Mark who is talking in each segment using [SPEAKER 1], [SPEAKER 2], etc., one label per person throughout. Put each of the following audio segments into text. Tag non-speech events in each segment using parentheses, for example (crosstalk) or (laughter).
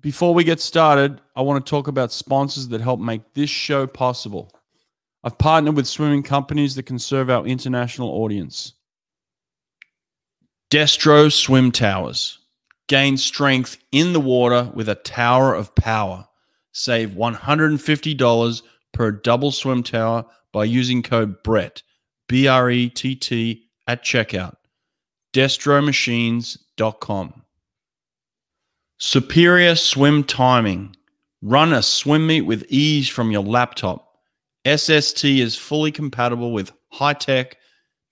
[SPEAKER 1] Before we get started, I want to talk about sponsors that help make this show possible. I've partnered with swimming companies that can serve our international audience. Destro Swim Towers. Gain strength in the water with a tower of power. Save $150 per double swim tower by using code BRETT, B R E T T, at checkout. DestroMachines.com. Superior swim timing. Run a swim meet with ease from your laptop. SST is fully compatible with high tech,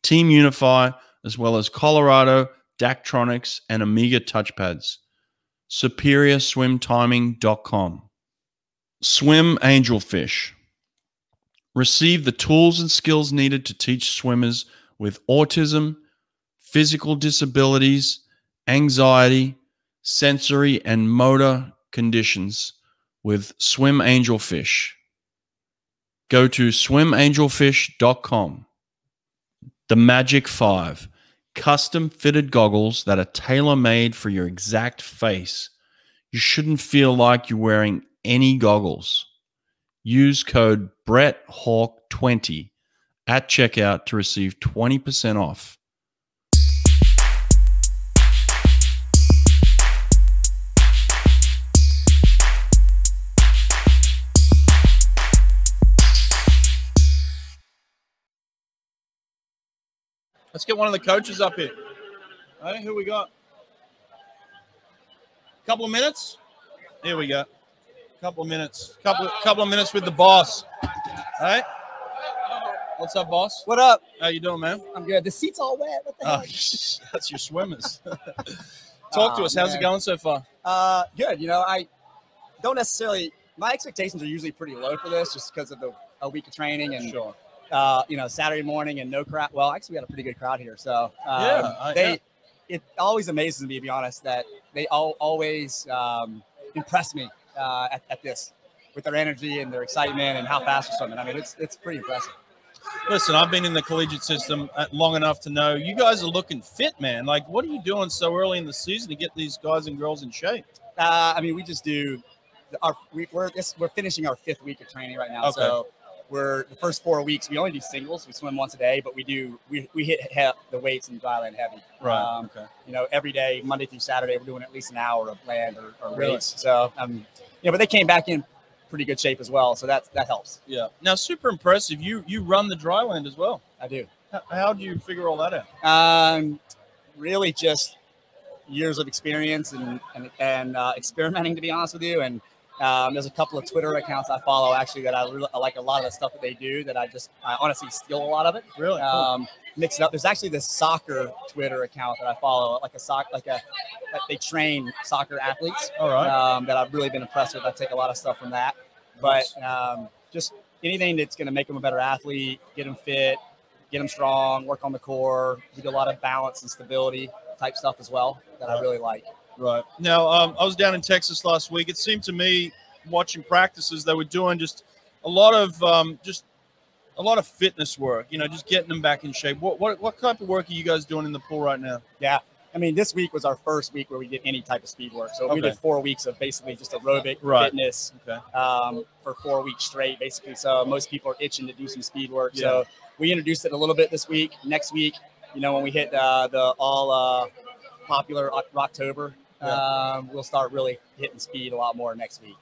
[SPEAKER 1] Team Unify, as well as Colorado, Dactronics, and Amiga touchpads. SuperiorSwimTiming.com. Swim Angelfish. Receive the tools and skills needed to teach swimmers with autism, physical disabilities, anxiety, sensory and motor conditions with Swim Angelfish. Go to swimangelfish.com. The Magic 5 custom fitted goggles that are tailor made for your exact face. You shouldn't feel like you're wearing any goggles. Use code BrettHawk20 at checkout to receive 20% off. Let's get one of the coaches up here. All right, who we got? Couple of minutes. Here we go. Couple of minutes. Couple couple of minutes with the boss. All right. What's up, boss?
[SPEAKER 2] What up?
[SPEAKER 1] How you doing, man?
[SPEAKER 2] I'm good. The seat's all wet. What the
[SPEAKER 1] Oh, (laughs)
[SPEAKER 2] heck?
[SPEAKER 1] that's your swimmers. (laughs) Talk to
[SPEAKER 2] Aw,
[SPEAKER 1] us. How's it
[SPEAKER 2] Oh, man.
[SPEAKER 1] going so far?
[SPEAKER 2] Uh, good. You know, I don't necessarily. My expectations are usually pretty low for this, just because of the a week of training and
[SPEAKER 1] Sure.
[SPEAKER 2] uh, you know Saturday morning and no crowd. Well, actually, we had a pretty good crowd here, so um,
[SPEAKER 1] Yeah, I-
[SPEAKER 2] they.
[SPEAKER 1] yeah.
[SPEAKER 2] It always amazes me, to be honest, that they all always um, impress me uh, at, at this with their energy and their excitement and how fast they're swimming. I mean, it's it's pretty impressive.
[SPEAKER 1] Listen, I've been in the collegiate system uh, long enough to know you guys are looking fit, man. Like, what are you doing so early in the season to get these guys and girls in shape?
[SPEAKER 2] Uh, I mean, we just do our we, we're this, we're finishing our fifth week of training right now.
[SPEAKER 1] Okay.
[SPEAKER 2] So we're the first four weeks. We only do singles. We swim once a day, but we do we, we hit he- the weights in dry land heavy. Um,
[SPEAKER 1] okay.
[SPEAKER 2] you know, every day, Monday through Saturday, we're doing at least an hour of land or, or
[SPEAKER 1] Really?
[SPEAKER 2] weights. So um, yeah, but they came back in pretty good shape as well. So that's that helps.
[SPEAKER 1] Yeah. Now, super impressive. You you run the dry land as well.
[SPEAKER 2] I do.
[SPEAKER 1] How, how do you figure all that out?
[SPEAKER 2] Um, really, just years of experience and and, and uh, experimenting, to be honest with you. And um, there's a couple of Twitter accounts I follow actually that I, really, I like a lot of the stuff that they do. That I just I honestly steal a lot of it,
[SPEAKER 1] Really? Cool.
[SPEAKER 2] um, mix it up. There's actually this soccer Twitter account that I follow, like a soc, like a like they train soccer athletes
[SPEAKER 1] all right.
[SPEAKER 2] um, that I've really been impressed with. I take a lot of stuff from that, but um, just anything that's going to make them a better athlete, get them fit, get them strong, work on the core. We do a lot of balance and stability type stuff as well that I really like.
[SPEAKER 1] Right. Now, um, I was down in Texas last week. It seemed to me, watching practices, they were doing just a lot of um, just a lot of fitness work. You know, just getting them back in shape. What what what type of work are you guys doing in the pool right now?
[SPEAKER 2] I mean, this week was our first week where we did any type of speed work. So we
[SPEAKER 1] Okay.
[SPEAKER 2] did four weeks of basically just aerobic
[SPEAKER 1] Right.
[SPEAKER 2] fitness
[SPEAKER 1] Okay.
[SPEAKER 2] um, for four weeks straight, basically. So most people are itching to do some speed work.
[SPEAKER 1] Yeah.
[SPEAKER 2] So we introduced it a little bit this week. Next week, you know, when we hit uh, the all uh, popular Oc- October,
[SPEAKER 1] Yeah.
[SPEAKER 2] um, we'll start really hitting speed a lot more next week.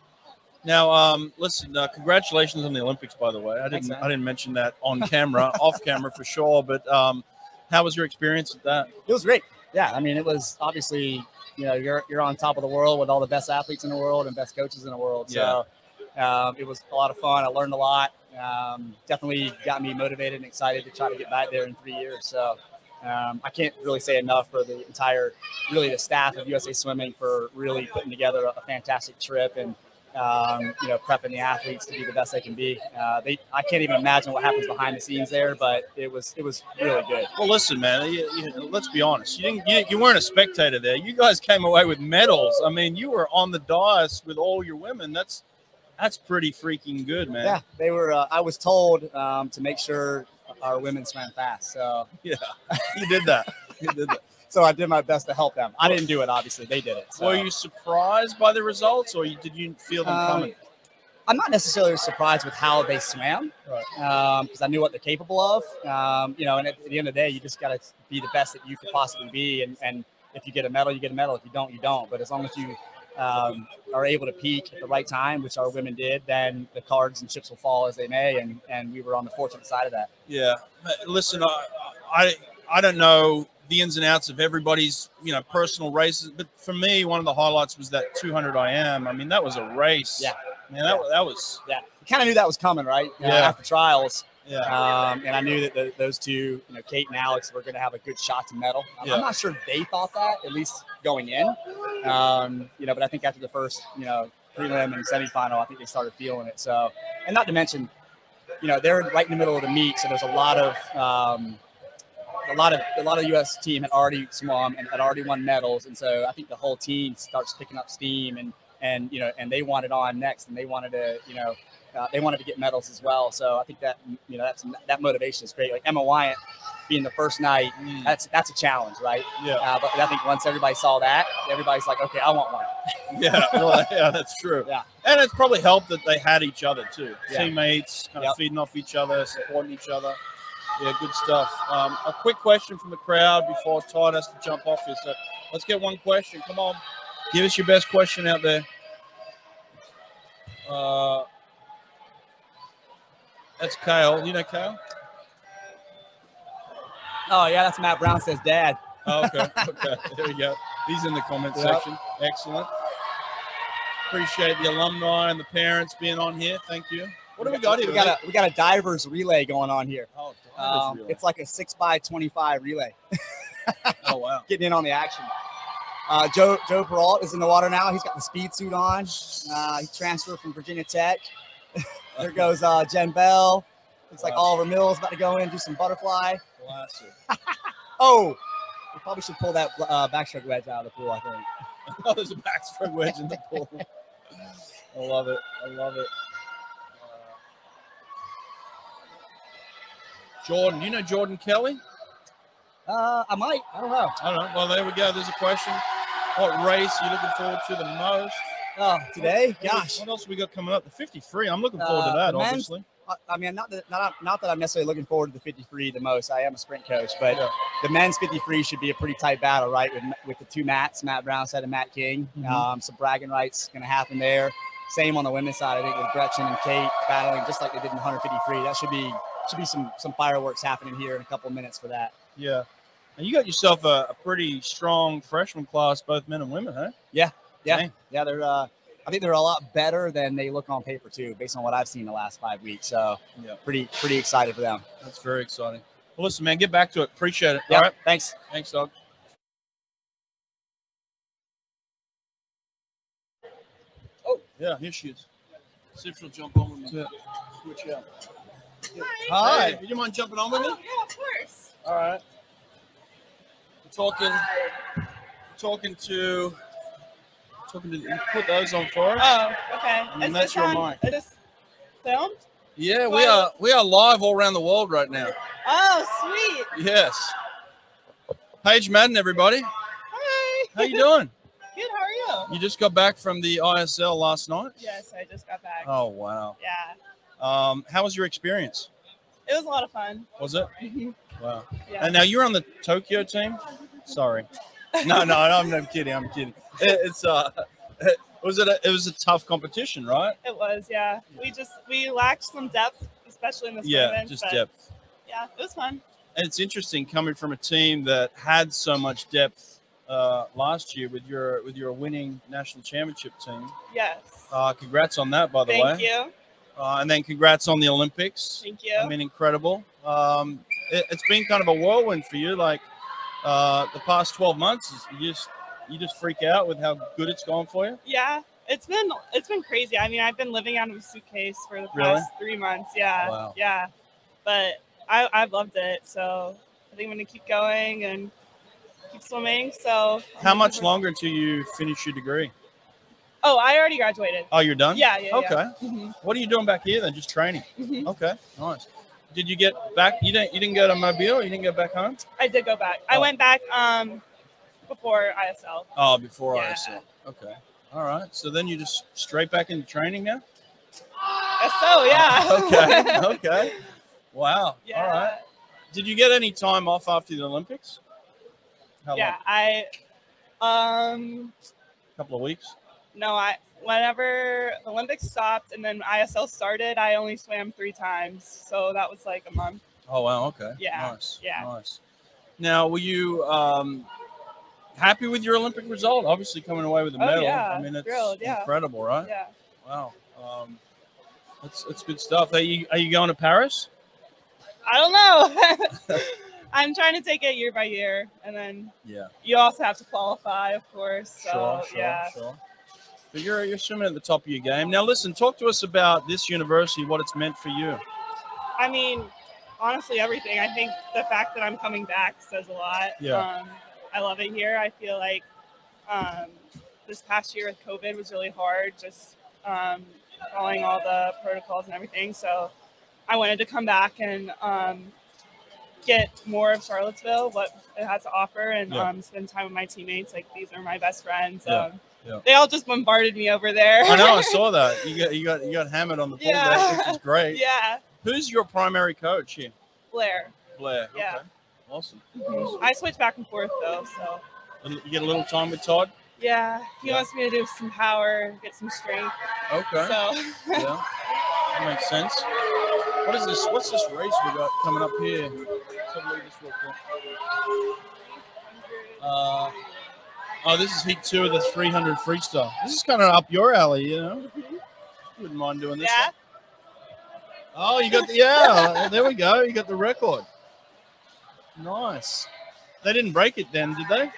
[SPEAKER 1] Now, um, listen. Uh, congratulations on the Olympics, by the way. I didn't
[SPEAKER 2] Thanks, man.
[SPEAKER 1] I didn't mention that on camera, (laughs) off camera for sure. But um, how was your experience at that?
[SPEAKER 2] It was great. Yeah, I mean, it was obviously you know you're you're on top of the world with all the best athletes in the world and best coaches in the world. So um, it was a lot of fun. I learned a lot. Um, definitely got me motivated and excited to try to get back there in three years. So um, I can't really say enough for the entire, really the staff of USA Swimming for really putting together a fantastic trip and. Um, you know, prepping the athletes to be the best they can be. Uh, they, I can't even imagine what happens behind the scenes there, but it was, it was really good.
[SPEAKER 1] Well, listen, man. You, you, let's be honest. You didn't. You, you weren't a spectator there. You guys came away with medals. I mean, you were on the dais with all your women. That's that's pretty freaking good, man.
[SPEAKER 2] Yeah, they were. Uh, I was told um, to make sure our women swam fast. So
[SPEAKER 1] (laughs) You did that. You did that.
[SPEAKER 2] (laughs) So I did my best to help them. I didn't do it, obviously. They did it. So.
[SPEAKER 1] Were you surprised by the results, or you- did you feel them
[SPEAKER 2] Um,
[SPEAKER 1] coming?
[SPEAKER 2] I'm not necessarily surprised with how they swam because um, I knew what they're capable of. Um, you know, and at, at the end of the day, you just got to be the best that you could possibly be. And, and if you get a medal, you get a medal. If you don't, you don't. But as long as you um, are able to peak at the right time, which our women did, then the cards and chips will fall as they may. And, and we were on the fortunate side of that.
[SPEAKER 1] Yeah. But Listen, I, I I don't know the ins and outs of everybody's you know personal races, but for me, one of the highlights was that 200 I am. I mean, that was a race.
[SPEAKER 2] Yeah.
[SPEAKER 1] Man, that wa- that was
[SPEAKER 2] You kind of knew that was coming, right? You know,
[SPEAKER 1] Yeah.
[SPEAKER 2] after trials,
[SPEAKER 1] yeah.
[SPEAKER 2] Um, and I knew that th those two, you know, Kate and Alex, were going to have a good shot to medal. I'm,
[SPEAKER 1] Yeah.
[SPEAKER 2] I'm not sure they thought that, at least going in. Um, you know, but I think after the first, you know, prelim and semifinal, I think they started feeling it. So, and not to mention, you know, they're right in the middle of the meet, so there's a lot of um, a lot of a lot of U.S. team had already swum and had already won medals, and so I think the whole team starts picking up steam and and you know and they wanted on next, and they wanted to you know uh, they wanted to get medals as well. So I think that you know that's that motivation is great. Like Emma Wyatt being the first night,
[SPEAKER 1] Mm,
[SPEAKER 2] that's that's a challenge, right?
[SPEAKER 1] yeah.
[SPEAKER 2] Uh, but I think once everybody saw that, everybody's like, okay, I want one.
[SPEAKER 1] (laughs) Yeah. Well, yeah. That's true.
[SPEAKER 2] Yeah.
[SPEAKER 1] And it's probably helped that they had each other too.
[SPEAKER 2] Yeah.
[SPEAKER 1] Teammates, kind of
[SPEAKER 2] Yep.
[SPEAKER 1] feeding off each other, supporting each other. Yeah, good stuff. Um, a quick question from the crowd before Todd has to jump off here. So let's get one question. Come on. Give us your best question out there. Uh, that's Kale. You know Kale?
[SPEAKER 2] Oh yeah, that's Matt Brown says (laughs) dad.
[SPEAKER 1] Oh, okay. okay. There we go. He's in the comment
[SPEAKER 2] Yep.
[SPEAKER 1] section. Excellent. Appreciate the alumni and the parents being on here. Thank you. What do we got here?
[SPEAKER 2] We got a we got a divers relay going on here.
[SPEAKER 1] oh,
[SPEAKER 2] Um, It's like a six by twenty-five relay,
[SPEAKER 1] oh wow.
[SPEAKER 2] (laughs) getting in on the action. Uh, Joe Joe Peralt is in the water now. He's got the speed suit on. Uh, he transferred from Virginia Tech. (laughs) there goes uh, Jen Bell. Looks like
[SPEAKER 1] Wow.
[SPEAKER 2] Oliver Mills about to go in and do some butterfly.
[SPEAKER 3] (laughs)
[SPEAKER 1] Classic.
[SPEAKER 2] Oh, we probably should pull that uh, backstroke wedge out of the pool. I think.
[SPEAKER 1] (laughs) Oh, there's a backstroke wedge in the pool. I love it. I love it. Uh, Jordan, you know Jordan Kelly?
[SPEAKER 2] Uh, I might. I don't know.
[SPEAKER 1] I don't know. Well, there we go. There's a question. What race are you looking forward to the most?
[SPEAKER 2] (laughs) Oh, today,
[SPEAKER 1] What-
[SPEAKER 2] gosh.
[SPEAKER 1] What else we got coming up? The 53. I'm looking forward
[SPEAKER 2] Uh,
[SPEAKER 1] to that,
[SPEAKER 2] men's-
[SPEAKER 1] obviously.
[SPEAKER 2] I, I mean, not that not, not that I'm necessarily looking forward to the 53 the most. I am a sprint coach, but
[SPEAKER 1] Yeah.
[SPEAKER 2] the men's 53 should be a pretty tight battle, right? With with the two Matts, Matt Brown said and Matt King.
[SPEAKER 1] Mhm.
[SPEAKER 2] Um, some bragging rights going to happen there. Same on the women's side, I think, with Gretchen and Kate battling just like they did in 153. That should be should be some some fireworks happening here in a couple minutes for that.
[SPEAKER 1] Yeah. And you got yourself a, a pretty strong freshman class, both men and women, huh?
[SPEAKER 2] Yeah, they're. Uh, I think they're a lot better than they look on paper too, based on what I've seen the last five weeks. So,
[SPEAKER 1] Yeah.
[SPEAKER 2] pretty pretty excited for them.
[SPEAKER 1] That's very exciting. Well, listen, man, get back to it. Appreciate it.
[SPEAKER 2] Yeah,
[SPEAKER 1] All right.
[SPEAKER 2] thanks.
[SPEAKER 1] Thanks, dog. Oh, yeah, here she is. See if she'll jump on with me. Switch out. Hey, would you mind jumping on with me?
[SPEAKER 4] Oh, yeah, of course.
[SPEAKER 1] All right. We're
[SPEAKER 3] Oh,
[SPEAKER 1] talking, talking to, talking to. you Put those on for us.
[SPEAKER 4] Oh, okay.
[SPEAKER 1] And that's your
[SPEAKER 4] on-
[SPEAKER 1] mic.
[SPEAKER 4] It is filmed.
[SPEAKER 1] Yeah, we
[SPEAKER 4] Why-
[SPEAKER 1] are we are live all around the world right now.
[SPEAKER 4] Oh, sweet.
[SPEAKER 1] Yes. Paige Madden, everybody.
[SPEAKER 4] Hi.
[SPEAKER 1] How (laughs) you doing?
[SPEAKER 4] Good. How are you?
[SPEAKER 1] You just got back from the ISL last night.
[SPEAKER 4] Yes, I just got back.
[SPEAKER 1] Oh wow.
[SPEAKER 4] Yeah,
[SPEAKER 1] Um, how was your experience?
[SPEAKER 4] it was a lot of fun. (laughs)
[SPEAKER 1] Was it?
[SPEAKER 4] Mhm.
[SPEAKER 1] Wow.
[SPEAKER 4] yeah.
[SPEAKER 1] And now you're on the Tokyo team.
[SPEAKER 4] (laughs)
[SPEAKER 1] Sorry. No, no, I'm, I'm kidding. I'm kidding. It, it's uh, it, was it? A, it was a tough competition, right?
[SPEAKER 4] It was. Yeah. We just we lacked some depth, especially in this
[SPEAKER 1] Yeah,
[SPEAKER 4] tournament,
[SPEAKER 1] just
[SPEAKER 4] but
[SPEAKER 1] depth.
[SPEAKER 4] Yeah, it was fun.
[SPEAKER 1] And it's interesting coming from a team that had so much depth uh, last year with your with your winning national championship team.
[SPEAKER 4] Yes.
[SPEAKER 1] Uh, congrats on that, by the
[SPEAKER 4] Thank
[SPEAKER 1] way.
[SPEAKER 4] you.
[SPEAKER 1] Uh, and then congrats on the Olympics.
[SPEAKER 4] Thank you.
[SPEAKER 1] I mean, incredible. Um, it, it's been kind of a whirlwind for you. Like uh, the past twelve months, is you just you just freak out with how good it's gone for you.
[SPEAKER 4] yeah. It's been it's been crazy. I mean, I've been living out of a suitcase for the past
[SPEAKER 1] Really?
[SPEAKER 4] three months. Yeah,
[SPEAKER 1] Wow.
[SPEAKER 4] yeah. But I I've loved it. So I think I'm gonna keep going and keep swimming. So I'm
[SPEAKER 1] How
[SPEAKER 4] looking
[SPEAKER 1] much
[SPEAKER 4] for-
[SPEAKER 1] longer until you finish your degree?
[SPEAKER 4] (laughs) Oh, I already graduated.
[SPEAKER 1] Oh, you're done.
[SPEAKER 4] Yeah, yeah.
[SPEAKER 1] Okay.
[SPEAKER 4] Yeah. Mhm,
[SPEAKER 1] What are you doing back here then? Just training.
[SPEAKER 4] mhm.
[SPEAKER 1] Okay. Nice. Did you get back? You didn't. You didn't go to Mobile. You didn't go back home.
[SPEAKER 4] I did go back. I
[SPEAKER 1] Oh.
[SPEAKER 4] went back um before ISL.
[SPEAKER 1] Oh, before
[SPEAKER 4] Yeah.
[SPEAKER 1] ISL. Okay. All right. So then you just straight back into training now?
[SPEAKER 4] So Oh, yeah.
[SPEAKER 1] (laughs)
[SPEAKER 4] (laughs)
[SPEAKER 1] okay. Okay. Wow.
[SPEAKER 4] yeah.
[SPEAKER 1] All right. Did you get any time off after the Olympics? How
[SPEAKER 4] Yeah.
[SPEAKER 1] long?
[SPEAKER 4] I um
[SPEAKER 1] A couple of weeks?
[SPEAKER 4] no I whenever Olympics stopped and then ISL started, I only swam three times. So that was like a month.
[SPEAKER 1] Oh, wow. Okay.
[SPEAKER 4] Yeah,
[SPEAKER 1] Nice.
[SPEAKER 4] yeah.
[SPEAKER 1] Nice. Now, were you um, happy with your Olympic result? Obviously, coming away with a
[SPEAKER 4] Oh,
[SPEAKER 1] medal.
[SPEAKER 4] yeah,
[SPEAKER 1] I mean, it's
[SPEAKER 4] thrilled, yeah.
[SPEAKER 1] incredible, right?
[SPEAKER 4] Yeah.
[SPEAKER 1] Wow. Um, that's, that's good stuff. Are you, are you going to Paris?
[SPEAKER 4] I don't
[SPEAKER 1] (laughs)
[SPEAKER 4] know. (laughs) I'm trying to take it year by year and then
[SPEAKER 1] Yeah.
[SPEAKER 4] you also have to qualify, of course. So
[SPEAKER 1] sure, sure,
[SPEAKER 4] yeah.
[SPEAKER 1] sure. But you're you're swimming at the top of your game. Now, listen, talk to us about this university, what it's meant for you.
[SPEAKER 4] I mean, honestly, everything. I think the fact that I'm coming back says a lot.
[SPEAKER 1] Yeah.
[SPEAKER 4] Um, I love it here. I feel like um, this past year with COVID was really hard, just um, following all the protocols and everything. So I wanted to come back and um, get more of Charlottesville, what it has to offer, and
[SPEAKER 1] Yeah.
[SPEAKER 4] um, spend time with my teammates. Like, these are my best friends.
[SPEAKER 1] Yeah,
[SPEAKER 4] Um,
[SPEAKER 1] yeah.
[SPEAKER 4] They all just bombarded me over there.
[SPEAKER 1] I
[SPEAKER 4] (laughs)
[SPEAKER 1] know, I saw that. You got you got you got hammered on the pool
[SPEAKER 4] Yeah. (laughs)
[SPEAKER 1] day, which is great.
[SPEAKER 4] yeah,
[SPEAKER 1] Who's your primary coach here?
[SPEAKER 4] Blair.
[SPEAKER 1] Blair.
[SPEAKER 4] Yeah.
[SPEAKER 1] Okay. Awesome.
[SPEAKER 4] I switch back and forth though, so.
[SPEAKER 1] And You get a little time with Todd.
[SPEAKER 4] Yeah, he
[SPEAKER 1] Yeah.
[SPEAKER 4] wants me to do some power, get some strength.
[SPEAKER 1] Okay.
[SPEAKER 4] So (laughs)
[SPEAKER 1] yeah. That makes sense. What is this? What's this race we got coming up here? Let's have a look at this real quick. Uh, oh, this is heat two of the 300 freestyle. This is kind of up your alley, you know. Wouldn't mind doing this.
[SPEAKER 4] Mm-hmm. yeah,
[SPEAKER 1] one. Oh, you got the yeah. there we go. You got the record. Nice. They didn't break it then, did they?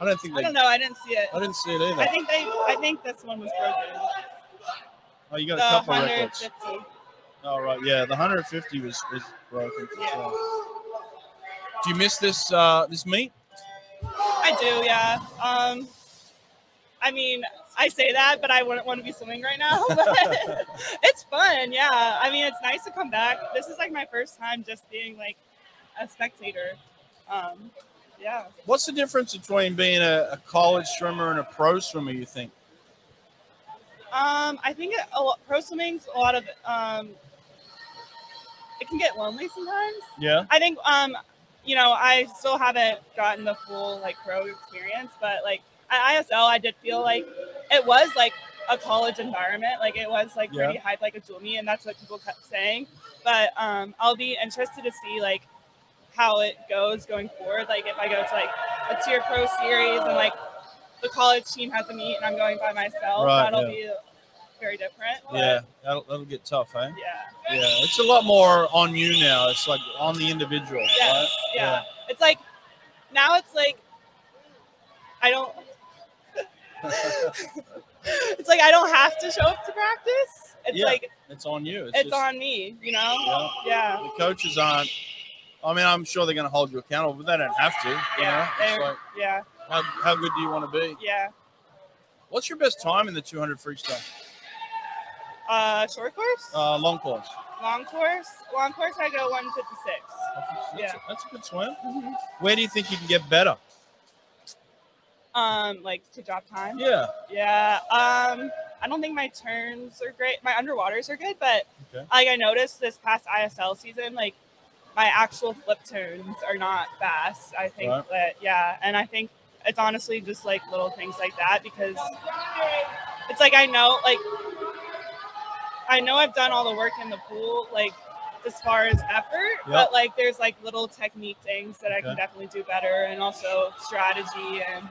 [SPEAKER 1] I don't think they.
[SPEAKER 4] I don't know. I didn't see it.
[SPEAKER 1] I didn't see it either.
[SPEAKER 4] I think they. I think this one was broken.
[SPEAKER 1] oh, you
[SPEAKER 4] The
[SPEAKER 1] got a couple of records.
[SPEAKER 4] 150.
[SPEAKER 1] Oh right, yeah. The 150 was was broken. For
[SPEAKER 4] Yeah.
[SPEAKER 1] sure. Do you miss this uh this meet?
[SPEAKER 4] I do. Yeah. Um. I mean, I say that, but I wouldn't want to be swimming right now. (laughs) But it's fun. Yeah. I mean, it's nice to come back. This is like my first time just being like a spectator. Um. Yeah.
[SPEAKER 1] What's the difference between being a, a college swimmer and a pro swimmer? You think?
[SPEAKER 4] Um, I think it, a lot, pro swimming's a lot of um, it can get lonely sometimes.
[SPEAKER 1] Yeah.
[SPEAKER 4] I think um, you know, I still haven't gotten the full like pro experience, but like at ISL, I did feel like it was like a college environment, like it was like
[SPEAKER 1] Yeah.
[SPEAKER 4] pretty hype, like a Jumi, and that's what people kept saying. But um, I'll be interested to see like how it goes going forward. Like if I go to like a tier pro series and like the college team has a meet and I'm going by myself,
[SPEAKER 1] Right,
[SPEAKER 4] that'll be
[SPEAKER 1] yeah.
[SPEAKER 4] very different. But,
[SPEAKER 1] Yeah. That'll, that'll get tough, eh?
[SPEAKER 4] Yeah.
[SPEAKER 1] Yeah, it's a lot more on you now. It's like on the individual.
[SPEAKER 4] Yes,
[SPEAKER 1] right?
[SPEAKER 4] yeah.
[SPEAKER 1] Yeah.
[SPEAKER 4] It's like now it's like I
[SPEAKER 1] (laughs)
[SPEAKER 4] don't it's like I don't have to show up to practice. It's
[SPEAKER 1] Yeah,
[SPEAKER 4] like
[SPEAKER 1] It's on you.
[SPEAKER 4] it's on me, you know?
[SPEAKER 1] Yeah.
[SPEAKER 4] Yeah.
[SPEAKER 1] The coaches aren't. I mean, I'm sure they're going to hold you accountable, but they don't have to. you
[SPEAKER 4] Yeah,
[SPEAKER 1] know?
[SPEAKER 4] they're-
[SPEAKER 1] It's like,
[SPEAKER 4] Yeah.
[SPEAKER 1] how, how good do you want to be?
[SPEAKER 4] Yeah.
[SPEAKER 1] What's your best time in the 200 freestyle?
[SPEAKER 4] Uh short course?
[SPEAKER 1] Uh, long course.
[SPEAKER 4] long course? Long course I go one fifty six.
[SPEAKER 1] That's,
[SPEAKER 4] Yeah.
[SPEAKER 1] a, that's a good swim. Where do you think you can get better?
[SPEAKER 4] (laughs) Um, like to drop time.
[SPEAKER 1] Yeah.
[SPEAKER 4] Yeah. Um, I don't think my turns are great. My underwaters are good, but
[SPEAKER 1] Okay.
[SPEAKER 4] like I noticed this past ISL season, like my actual flip turns are not fast. I think
[SPEAKER 1] Right.
[SPEAKER 4] that yeah, and I think it's honestly just like little things like that because it's like I know like I know I've done all the work in the pool like as far as effort, but like there's like little technique things that I can
[SPEAKER 1] Okay.
[SPEAKER 4] definitely do better, and also strategy and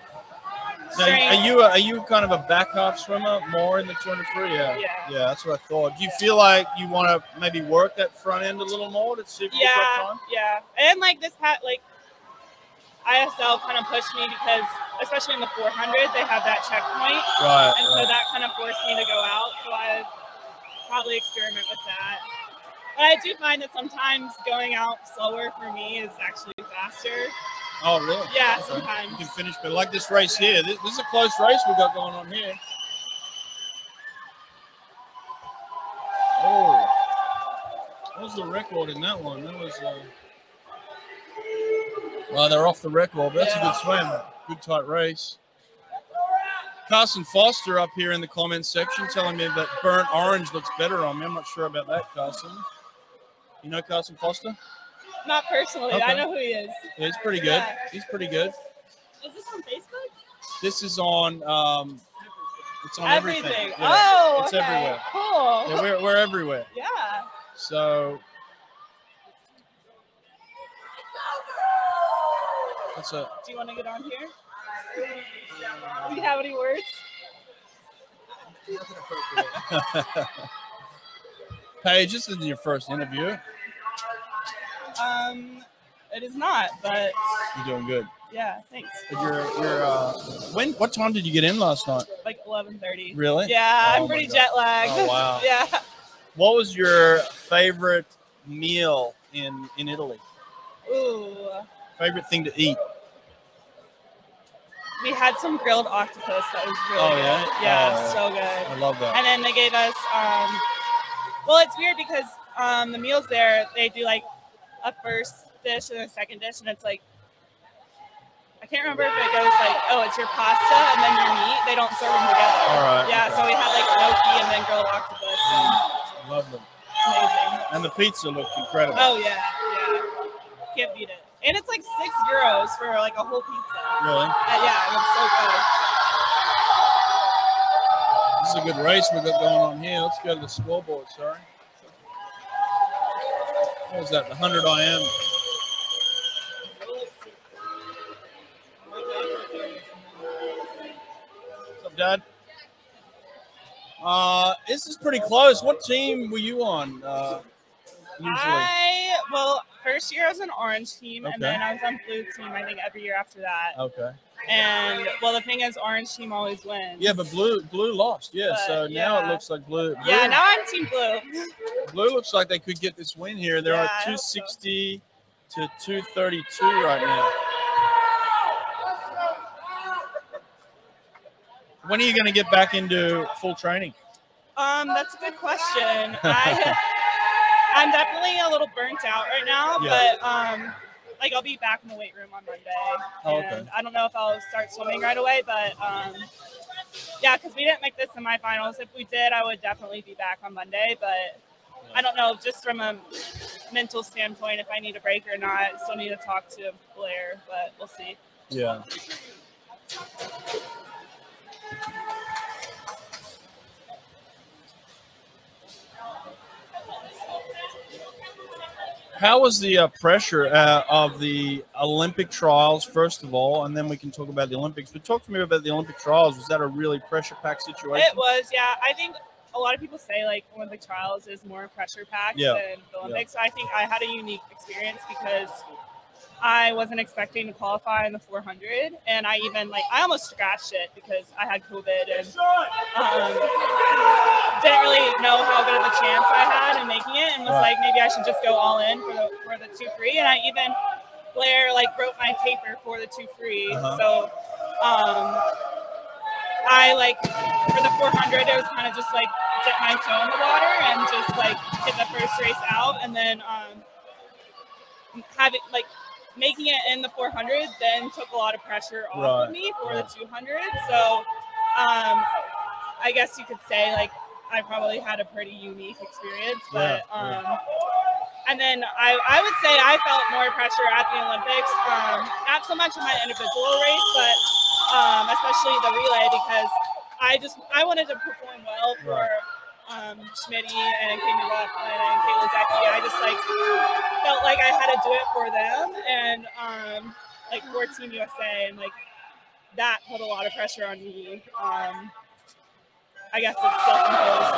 [SPEAKER 1] Now,
[SPEAKER 4] strength.
[SPEAKER 1] are you a, are you kind of a back half swimmer more in the 200 free? Yeah.
[SPEAKER 4] yeah.
[SPEAKER 1] Yeah, that's what I thought. Do you
[SPEAKER 4] Yeah.
[SPEAKER 1] feel like you want to maybe work that front end a little more to see if you get that
[SPEAKER 4] Yeah,
[SPEAKER 1] time?
[SPEAKER 4] yeah, and like this pat like ISL kind of pushed me because especially in the 400 they have that checkpoint,
[SPEAKER 1] Right.
[SPEAKER 4] and
[SPEAKER 1] right.
[SPEAKER 4] so that kind of forced me to go out. So I probably experiment with that. But I do find that sometimes going out slower for me is actually faster.
[SPEAKER 1] Oh, really?
[SPEAKER 4] Yeah,
[SPEAKER 1] Okay. You
[SPEAKER 4] sometimes.
[SPEAKER 1] can finish, but like this race here, this, this is a close race we've got going on here. Oh, what was the record in that one? That was. Uh... Well, they're off the wreck wall, but that's a
[SPEAKER 4] Yeah.
[SPEAKER 1] good swim. Good tight race. Carson Foster up here in the comments section telling me that burnt orange looks better on me. I'm not sure about that, Carson. You know Carson Foster?
[SPEAKER 4] Not personally.
[SPEAKER 1] Okay.
[SPEAKER 4] I know who he is.
[SPEAKER 1] Yeah, he's pretty good. He's pretty good.
[SPEAKER 4] Is this on Facebook?
[SPEAKER 1] This is on. Um, it's on everything.
[SPEAKER 4] Everything.
[SPEAKER 1] Yeah,
[SPEAKER 4] Oh,
[SPEAKER 1] it's
[SPEAKER 4] okay.
[SPEAKER 1] everywhere.
[SPEAKER 4] Cool.
[SPEAKER 1] Yeah, we're, we're everywhere.
[SPEAKER 4] Yeah.
[SPEAKER 1] So that's a
[SPEAKER 4] Do you want to get on here? Do you have any words?
[SPEAKER 1] (laughs) Paige. This isn't your first interview. You're
[SPEAKER 4] Um, it is not, but
[SPEAKER 1] doing good.
[SPEAKER 4] yeah, thanks.
[SPEAKER 1] But You're, you're, uh, when? What time did you get in last night?
[SPEAKER 4] Like 11:30.
[SPEAKER 1] Really?
[SPEAKER 4] Yeah,
[SPEAKER 1] Oh my
[SPEAKER 4] I'm pretty
[SPEAKER 1] God.
[SPEAKER 4] jet lagged.
[SPEAKER 1] Oh, wow.
[SPEAKER 4] (laughs) yeah.
[SPEAKER 1] What was your favorite meal in in Italy?
[SPEAKER 4] Ooh.
[SPEAKER 1] Favorite thing to eat?
[SPEAKER 4] We had some grilled octopus that was really
[SPEAKER 1] Oh,
[SPEAKER 4] good. Yeah,
[SPEAKER 1] yeah?
[SPEAKER 4] so
[SPEAKER 1] Oh.
[SPEAKER 4] good.
[SPEAKER 1] I love that.
[SPEAKER 4] And then they gave us um well it's weird because um the meals there they do like a first dish and a second dish and it's like I can't remember if it goes like, oh, it's your pasta and then your meat. They don't serve them together.
[SPEAKER 1] All right.
[SPEAKER 4] Yeah, so we had like gnocchi and then grilled octopus. and
[SPEAKER 1] so lovely.
[SPEAKER 4] amazing.
[SPEAKER 1] And the pizza looked incredible.
[SPEAKER 4] Oh yeah, yeah. Can't beat it. And it's like six euros for like a whole pizza.
[SPEAKER 1] Really?
[SPEAKER 4] Uh, yeah, it was so good.
[SPEAKER 1] This is a good race we've got going on here. Let's go to the scoreboard, sorry. What was that? The 100 I am. What's up, Dad? Uh, this is pretty close. What team were you on? Uh, usually.
[SPEAKER 4] I well, first year I was an orange team,
[SPEAKER 1] Okay.
[SPEAKER 4] and then I was on blue team. I think every year after that.
[SPEAKER 1] Okay.
[SPEAKER 4] And well, the thing is, orange team always wins.
[SPEAKER 1] Yeah, but blue blue lost. Yeah,
[SPEAKER 4] But,
[SPEAKER 1] so now it
[SPEAKER 4] yeah.
[SPEAKER 1] looks like blue.
[SPEAKER 4] yeah,
[SPEAKER 1] blue-
[SPEAKER 4] now I'm team blue.
[SPEAKER 1] Blue looks like they could get this win here. They're
[SPEAKER 4] Yeah,
[SPEAKER 1] at
[SPEAKER 4] I hope so.
[SPEAKER 1] 260 to 232 right now.
[SPEAKER 4] (laughs)
[SPEAKER 1] When are you going to get back into full training?
[SPEAKER 4] Um, that's a good question. I I'm definitely a little burnt out right now,
[SPEAKER 1] Yeah.
[SPEAKER 4] but um, like I'll be back in the weight room on Monday.
[SPEAKER 1] Oh,
[SPEAKER 4] and
[SPEAKER 1] okay.
[SPEAKER 4] I don't know if I'll start swimming right away, but um, yeah, because we didn't make the semifinals. If we did, I would definitely be back on Monday, but. I don't know, just from a mental standpoint, if I need a break or not. Still need to talk to Blair, but we'll see.
[SPEAKER 1] Yeah. How was the uh, pressure uh, of the Olympic trials, first of all, and then we can talk about the Olympics. But talk to me about the Olympic trials. Was that a really pressure-packed situation?
[SPEAKER 4] It was, yeah. I think a lot of people say like Olympic trials is more pressure packed
[SPEAKER 1] Yeah.
[SPEAKER 4] than the Olympics. I think I had a unique experience because I wasn't expecting to qualify in the 400, and I even like I almost scratched it because I had COVID and um, didn't really know how good of a chance I had in making it, and was
[SPEAKER 1] Right.
[SPEAKER 4] like maybe I should just go all in for the for the two free, and I even Blair like wrote my paper for the two free,
[SPEAKER 1] Uh-huh.
[SPEAKER 4] so. Um, I like for the 400, it was kind of just like dip my toe in the water and just like get the first race out, and then um, have it like making it in the 400 then took a lot of pressure off
[SPEAKER 1] Right.
[SPEAKER 4] of me for
[SPEAKER 1] Yeah.
[SPEAKER 4] the 200. So um, I guess you could say like I probably had a pretty unique experience, but
[SPEAKER 1] Yeah,
[SPEAKER 4] um, and then I, I would say I felt more pressure at the Olympics, um, not so much in my individual race, but um, especially the relay because I just I wanted to perform well for um, Schmitty and Katie Laughlin and Kayla Decky. I just like felt like I had to do it for them and um, like for Team USA and like that put a lot of pressure on me. Um, I guess it's self-imposed,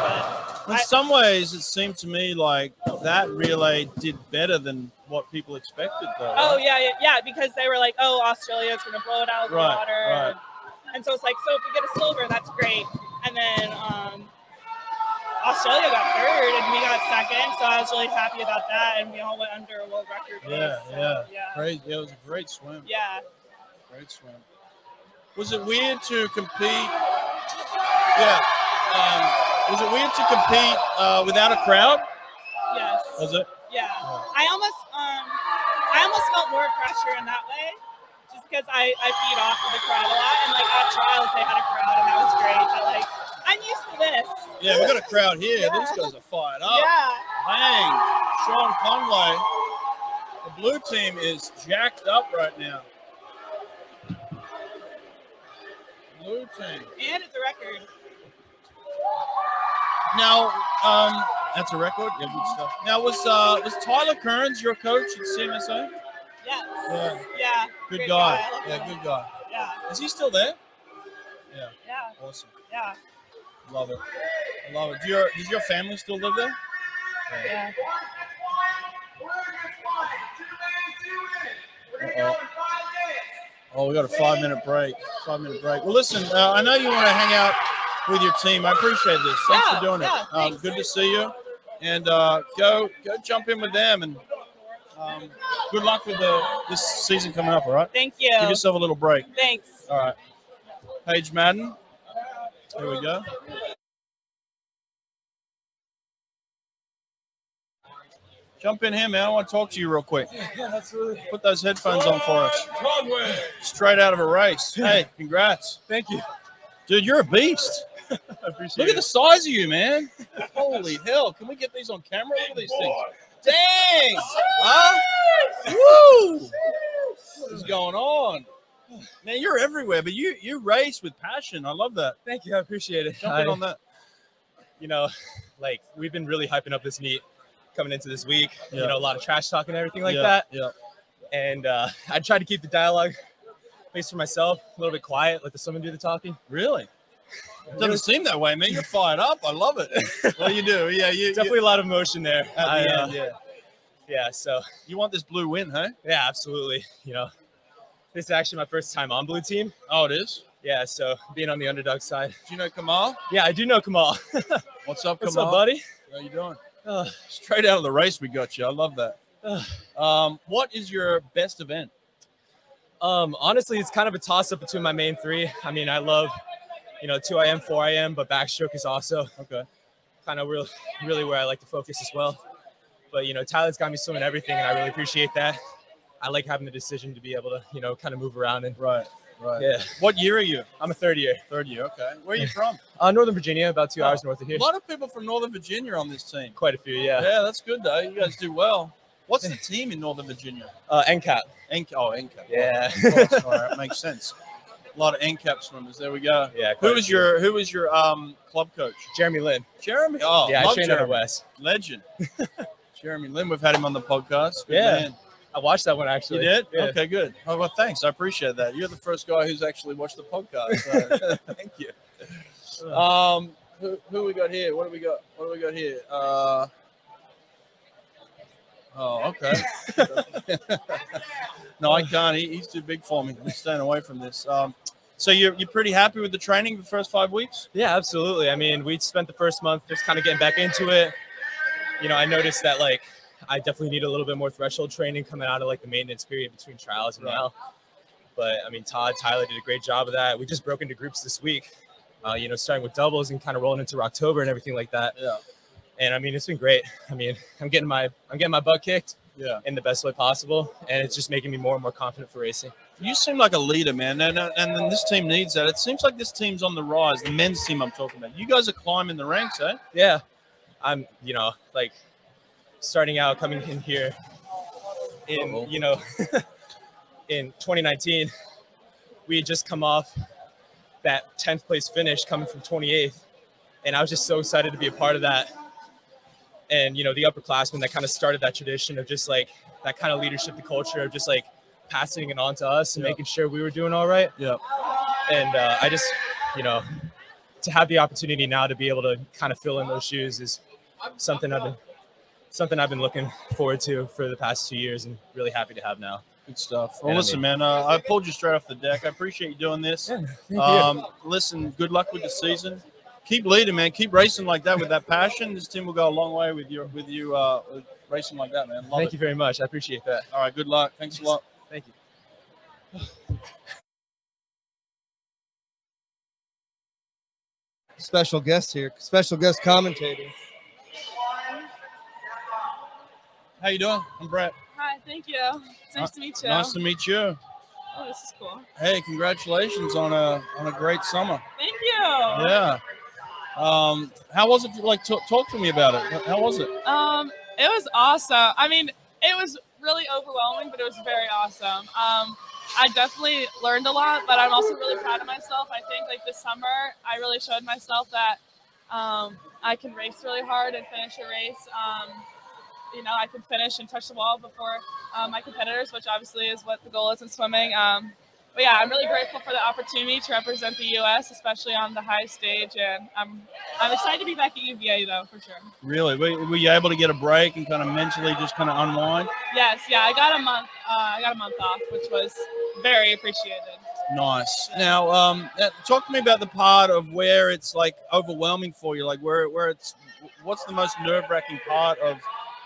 [SPEAKER 4] but
[SPEAKER 1] In
[SPEAKER 4] I-
[SPEAKER 1] some ways, it seemed to me like that relay did better than what people expected, though.
[SPEAKER 4] oh yeah, yeah, yeah, because they were like, oh, Australia's gonna blow it out of the
[SPEAKER 1] Right,
[SPEAKER 4] water,
[SPEAKER 1] right.
[SPEAKER 4] and so it's like, so if we get a silver, that's great, and then um, Australia got third and we got second, so I was really happy about that, and we all went under a world record.
[SPEAKER 1] Yeah,
[SPEAKER 4] pace, so,
[SPEAKER 1] yeah.
[SPEAKER 4] yeah,
[SPEAKER 1] Great. Yeah, it was a great swim.
[SPEAKER 4] yeah.
[SPEAKER 1] Great swim. Was it weird to compete? Yeah. Um, was it weird to compete uh, without a crowd?
[SPEAKER 4] Yes.
[SPEAKER 1] Was it?
[SPEAKER 4] Yeah.
[SPEAKER 1] Yeah.
[SPEAKER 4] I almost um I I almost felt more pressure in that way, just because I, I feed off of the crowd a lot, and like at trials they had a crowd, and that was great. But like I'm used to this.
[SPEAKER 1] Yeah, we got a crowd here.
[SPEAKER 4] Yeah.
[SPEAKER 1] These guys are fired up.
[SPEAKER 4] Yeah.
[SPEAKER 1] Bang! Sean Conway. The blue team is jacked up right now. Blue team.
[SPEAKER 4] And it's a record.
[SPEAKER 1] Now, um, that's a record. Yeah, good stuff. Now, was uh, was Tyler Kearns your coach at CMSA?
[SPEAKER 4] Yes.
[SPEAKER 1] Yeah.
[SPEAKER 4] Yeah.
[SPEAKER 1] Good
[SPEAKER 4] Great
[SPEAKER 1] guy.
[SPEAKER 4] guy. I love
[SPEAKER 1] Yeah,
[SPEAKER 4] him.
[SPEAKER 1] good guy.
[SPEAKER 4] Yeah.
[SPEAKER 1] Is he still there?
[SPEAKER 4] Yeah.
[SPEAKER 1] Awesome.
[SPEAKER 4] Yeah.
[SPEAKER 1] Love it. I love it. Do your does your family still live there?
[SPEAKER 4] Yeah.
[SPEAKER 1] Uh-oh. Oh, we got a five minute break. Five minute break. Well, listen, uh, I know you want to hang out with your team. I appreciate this. Thanks
[SPEAKER 4] Yeah,
[SPEAKER 1] for doing
[SPEAKER 4] yeah,
[SPEAKER 1] it. Um,
[SPEAKER 4] thanks.
[SPEAKER 1] good to see you. And uh, go go jump in with them. And um, good luck with the this season coming up. All right.
[SPEAKER 4] Thank
[SPEAKER 1] Give
[SPEAKER 4] you.
[SPEAKER 1] yourself a little break.
[SPEAKER 4] Thanks.
[SPEAKER 1] All right. Paige Madden. Here we go. Jump in here, man. I want to talk to you real quick. Put those headphones on for us. Straight out of
[SPEAKER 5] (laughs)
[SPEAKER 1] a race. Hey, congrats.
[SPEAKER 5] Thank you.
[SPEAKER 1] Dude, you're a beast.
[SPEAKER 5] (laughs) I appreciate
[SPEAKER 1] Look at the size of you, man. Holy hell. Can we get these on camera? Look at these things.
[SPEAKER 5] (laughs)
[SPEAKER 1] Dang. Huh? Woo! What's going on? Man, you're everywhere, but you you race with passion. I love that.
[SPEAKER 5] Thank you. I appreciate it.
[SPEAKER 1] Jump in
[SPEAKER 5] I-
[SPEAKER 1] on that.
[SPEAKER 5] you know, (laughs) like we've been really hyping up this meet coming into this week.
[SPEAKER 1] Yeah.
[SPEAKER 5] You know, a lot of trash talk and everything like
[SPEAKER 1] Yeah,
[SPEAKER 5] that.
[SPEAKER 1] Yeah.
[SPEAKER 5] And uh, (laughs) I tried to keep the dialogue, at least for myself, a little bit quiet. Let the swimmer do the talking.
[SPEAKER 1] Really? Doesn't
[SPEAKER 5] (laughs)
[SPEAKER 1] seem that way, man. You're fired up. I love it. well, you do. Yeah, you
[SPEAKER 5] Definitely a lot of emotion there.
[SPEAKER 1] You, at
[SPEAKER 5] (laughs)
[SPEAKER 1] the
[SPEAKER 5] I, uh,
[SPEAKER 1] end, yeah.
[SPEAKER 5] yeah. So
[SPEAKER 1] You want this blue win, hey?
[SPEAKER 5] yeah, absolutely. You know, this is actually my first time on blue team.
[SPEAKER 1] Oh, it is.
[SPEAKER 5] Yeah. So being on the underdog side.
[SPEAKER 1] Do you know Kamal?
[SPEAKER 5] Yeah, I do know Kamal. (laughs)
[SPEAKER 1] What's up,
[SPEAKER 5] What's
[SPEAKER 1] Kamal?
[SPEAKER 5] up, buddy?
[SPEAKER 1] How you
[SPEAKER 5] (sighs)
[SPEAKER 1] doing?
[SPEAKER 5] Uh,
[SPEAKER 1] Straight out of the race, we got you. I love that.
[SPEAKER 5] Ugh.
[SPEAKER 1] Um, what is your best event?
[SPEAKER 5] Um, honestly, it's kind of a toss up between my main three. I mean, I love, you know, 2 a.m., 4 a.m., but backstroke is also
[SPEAKER 1] Okay.
[SPEAKER 5] kind of real, really where I like to focus as well. But, you know, Tyler's got me swimming everything, and I really appreciate that. I like having the decision to be able to, you know, kind of move around. And
[SPEAKER 1] Right. Right.
[SPEAKER 5] yeah,
[SPEAKER 1] What year are you?
[SPEAKER 5] I'm a third year.
[SPEAKER 1] Third year. Okay. Where
[SPEAKER 5] (laughs)
[SPEAKER 1] are you from?
[SPEAKER 5] Uh, Northern Virginia, about two
[SPEAKER 1] Oh,
[SPEAKER 5] hours north of
[SPEAKER 1] a
[SPEAKER 5] here.
[SPEAKER 1] lot of people from Northern Virginia on this team.
[SPEAKER 5] Quite a few, yeah.
[SPEAKER 1] Yeah, that's good though. You guys do well.
[SPEAKER 5] (laughs)
[SPEAKER 1] What's the team in Northern Virginia?
[SPEAKER 5] Uh, NCAP.
[SPEAKER 1] Enc- oh, NCAP.
[SPEAKER 5] Yeah.
[SPEAKER 1] Of course. All right, makes sense. A lot of NCAP swimmers. There we go.
[SPEAKER 5] Yeah. quite
[SPEAKER 1] Who
[SPEAKER 5] a
[SPEAKER 1] was
[SPEAKER 5] few.
[SPEAKER 1] your Who was your um club coach?
[SPEAKER 5] Jeremy Lin?
[SPEAKER 1] Jeremy. Oh,
[SPEAKER 5] yeah, I
[SPEAKER 1] love
[SPEAKER 5] trained out of
[SPEAKER 1] Jeremy.
[SPEAKER 5] West.
[SPEAKER 1] Legend. Jeremy Lin. We've had him on the podcast. Good
[SPEAKER 5] Yeah.
[SPEAKER 1] man.
[SPEAKER 5] I watched that one
[SPEAKER 1] You
[SPEAKER 5] actually.
[SPEAKER 1] did?
[SPEAKER 5] Yeah.
[SPEAKER 1] Okay, good. Oh, well, thanks. I appreciate that. You're the first guy who's actually watched
[SPEAKER 5] (laughs)
[SPEAKER 1] the podcast. So thank you. Um, who, who we got here? What do we got? What do we got here? Uh, oh, okay. (laughs) no, I can't. He, he's too big for me. I'm staying away from this. Um, so you're, you're pretty happy with the training the first five weeks?
[SPEAKER 5] Yeah, absolutely. I mean, we spent the first month just kind of getting back into it. You know, I noticed that like I definitely need a little bit more threshold training coming out of like the maintenance period between trials and
[SPEAKER 1] Right.
[SPEAKER 5] now. But I mean, Todd, Tyler did a great job of that. We just broke into groups this week. Uh, you know, starting with doubles and kind of rolling into October and everything like that.
[SPEAKER 1] Yeah.
[SPEAKER 5] And I mean, it's been great. (laughs) I mean, I'm getting my I'm getting my butt kicked
[SPEAKER 1] Yeah.
[SPEAKER 5] in the best way possible, and it's just making me more and more confident for racing.
[SPEAKER 1] You seem like a leader, man, and, and and this team needs that. It seems like this team's on the rise. The men's team, I'm talking about. You guys are climbing the ranks, eh?
[SPEAKER 5] yeah i'm you know like starting out coming in here in
[SPEAKER 1] Uh-oh.
[SPEAKER 5] you know (laughs) in 2019 we had just come off that 10th place finish coming from 28th and i was just so excited to be a part of that and you know the upperclassmen that kind of started that tradition of just like that kind of leadership the culture of just like passing it on to us and
[SPEAKER 1] Yeah.
[SPEAKER 5] making sure we were doing all right
[SPEAKER 1] Yeah.
[SPEAKER 5] and uh, I just, you know, to have the opportunity now to be able to kind of fill in those shoes is something I've been something I've been looking forward to for the past two years, and really happy to have now.
[SPEAKER 1] Good stuff. Well,
[SPEAKER 5] Yeah, I
[SPEAKER 1] listen, man, uh, I pulled you straight off the deck. I appreciate you doing this.
[SPEAKER 5] Um,
[SPEAKER 1] Um, listen, good luck with the season. Keep leading, man. Keep racing like that with that passion. This team will go a long way with your with you uh, with racing like that, man. Love
[SPEAKER 5] Thank
[SPEAKER 1] it.
[SPEAKER 5] you very much. I appreciate that.
[SPEAKER 1] All right, good luck. Thanks a lot.
[SPEAKER 5] Thank you.
[SPEAKER 6] special guest here, special guest commentator.
[SPEAKER 1] How you doing? I'm Brett.
[SPEAKER 4] Hi.
[SPEAKER 7] thank you. It's nice to meet you.
[SPEAKER 1] Nice to meet you.
[SPEAKER 7] oh, this is cool.
[SPEAKER 1] Hey, congratulations on a on a great summer.
[SPEAKER 7] Thank you.
[SPEAKER 1] Yeah. Um, how was it? Like, t- talk to me about it. How was it?
[SPEAKER 7] Um, it was awesome. I mean, it was really overwhelming, but it was very awesome. Um, I definitely learned a lot, but I'm also really proud of myself. I think like this summer, I really showed myself that um, I can race really hard and finish a race. Um, you know, I can finish and touch the wall before um, my competitors, which obviously is what the goal is in swimming. Um, but yeah, I'm really grateful for the opportunity to represent the U.S., especially on the high stage, and I'm I'm excited to be back at UVA though for sure.
[SPEAKER 1] Really? Were, were you able to get a break and kind of mentally just kind of unwind?
[SPEAKER 7] Yes, yeah, I got a month. Uh, I got a month off, which was very appreciated.
[SPEAKER 1] Nice. Now, um, uh, talk to me about the part of where it's like overwhelming for you. Like, where where it's what's the most nerve wracking part of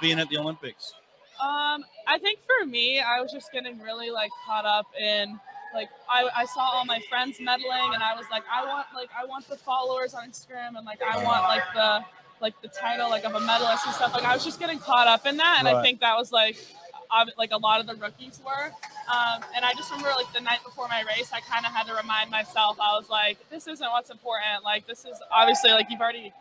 [SPEAKER 1] being at the Olympics?
[SPEAKER 7] Um, I think for me, I was just getting really like caught up in like I, I saw all my friends meddling, and I was like, I want like I want the followers on Instagram, and like I want like the like the title like of a medalist and stuff. Like I was just getting caught up in that, and I
[SPEAKER 1] Right.
[SPEAKER 7] think that was like ob- like a lot of the rookies were. Um, and I just remember like the night before my race, I kind of had to remind myself. I was like, this isn't what's important. Like this is obviously like you've already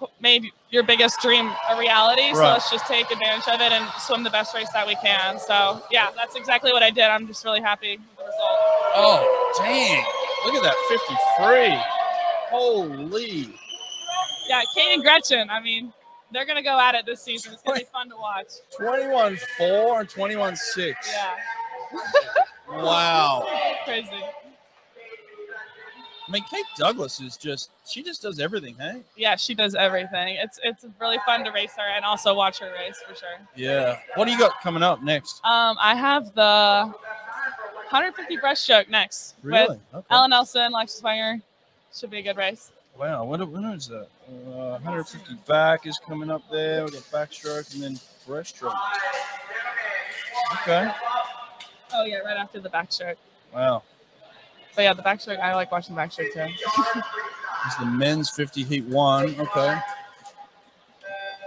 [SPEAKER 7] qu- made your biggest dream a reality. So
[SPEAKER 1] Right.
[SPEAKER 7] let's just take advantage of it and swim the best race that we can. So yeah, that's exactly what I did. I'm just really happy with the result.
[SPEAKER 1] Oh, dang! Look at that, fifty-three. Holy!
[SPEAKER 7] Yeah, Kate and Gretchen. I mean, they're gonna go at it this season. It's gonna be fun to watch.
[SPEAKER 1] 21 4 and 21 6.
[SPEAKER 7] Yeah,
[SPEAKER 1] Wow.
[SPEAKER 7] crazy.
[SPEAKER 1] I mean, Kate Douglas is just, she just does everything, hey?
[SPEAKER 7] Yeah, she does everything. It's it's really fun to race her and also watch her race for sure.
[SPEAKER 1] Yeah. What do you got coming up next?
[SPEAKER 7] Um, I have the 150 breaststroke next with
[SPEAKER 1] Really? Oh, Okay.
[SPEAKER 7] Ellen Nelson, Lexus Wenger. Should be a good race.
[SPEAKER 1] Wow. What, what is that? Uh, 150 back is coming up there. We got backstroke and then breaststroke. Okay.
[SPEAKER 7] Oh yeah, right after the backstroke.
[SPEAKER 1] Wow.
[SPEAKER 7] But yeah, the backstroke. I like watching the backstroke too. (laughs)
[SPEAKER 1] It's the men's 50 heat one. Okay.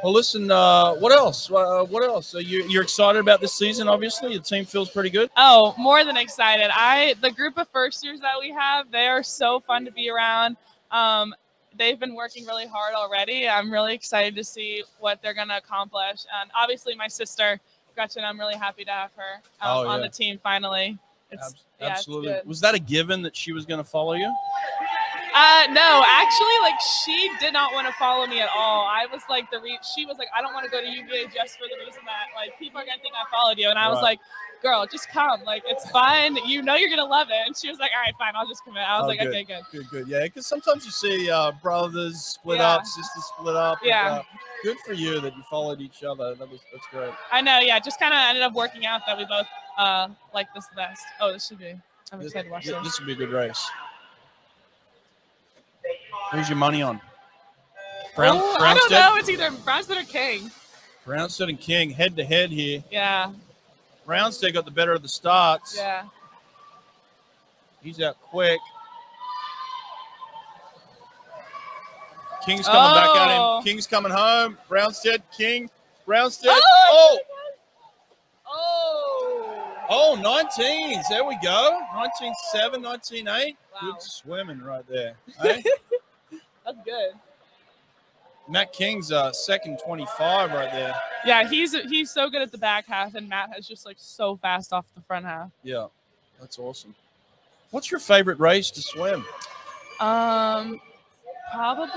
[SPEAKER 1] Well, listen. Uh, what else? Uh, what else? So you, you're excited about this season? Obviously, your team feels pretty good.
[SPEAKER 7] Oh, more than excited. I the group of first years that we have, they are so fun to be around. Um, they've been working really hard already. I'm really excited to see what they're gonna accomplish. And obviously, my sister Gretchen, I'm really happy to have her um,
[SPEAKER 1] Oh,
[SPEAKER 7] on
[SPEAKER 1] yeah.
[SPEAKER 7] the team finally. It's,
[SPEAKER 1] Abs-
[SPEAKER 7] yeah, it's
[SPEAKER 1] absolutely.
[SPEAKER 7] good.
[SPEAKER 1] Was that a given that she was going to follow you?
[SPEAKER 7] Uh, no, actually, like she did not want to follow me at all. I was like the re- she was like, I don't want to go to UVA just for the reason that like people are gonna think I followed you, and I was like,
[SPEAKER 1] Right.
[SPEAKER 7] girl, just come, like it's fun, you know you're gonna love it. And she was like, all right, fine, I'll just commit. I was
[SPEAKER 1] Oh,
[SPEAKER 7] like,
[SPEAKER 1] good.
[SPEAKER 7] okay, good.
[SPEAKER 1] Good, good. Yeah, because sometimes you see uh, brothers split
[SPEAKER 7] Yeah.
[SPEAKER 1] up, sisters split up. and,
[SPEAKER 7] Yeah.
[SPEAKER 1] uh, good for you that you followed each other. That was that's great.
[SPEAKER 7] I know, yeah, just kind of ended up working out that we both uh like this the best. Oh, this should be. I'm
[SPEAKER 1] This,
[SPEAKER 7] excited to watch
[SPEAKER 1] yeah,
[SPEAKER 7] this.
[SPEAKER 1] this would be a good race. Who's your money on? Brown,
[SPEAKER 7] Oh, I don't
[SPEAKER 1] Brownstead,
[SPEAKER 7] know. It's either Brownstead or King.
[SPEAKER 1] Brownstead and King head to head here.
[SPEAKER 7] Yeah,
[SPEAKER 1] Brownstead got the better of the starts.
[SPEAKER 7] yeah.
[SPEAKER 1] He's out quick. King's coming back at
[SPEAKER 7] Oh.
[SPEAKER 1] him. King's coming home. Brownstead, King, Brownstead.
[SPEAKER 7] Oh!
[SPEAKER 1] Oh,
[SPEAKER 7] Oh.
[SPEAKER 1] oh, 19s. There we go. 19-7, 19-8.
[SPEAKER 7] Wow.
[SPEAKER 1] Good swimming right there. eh?
[SPEAKER 7] That's good.
[SPEAKER 1] Matt King's uh, second 25 right there.
[SPEAKER 7] Yeah, he's he's so good at the back half, and Matt has just like so fast off the front half.
[SPEAKER 1] Yeah, that's awesome. What's your favorite race to swim?
[SPEAKER 7] Um, probably.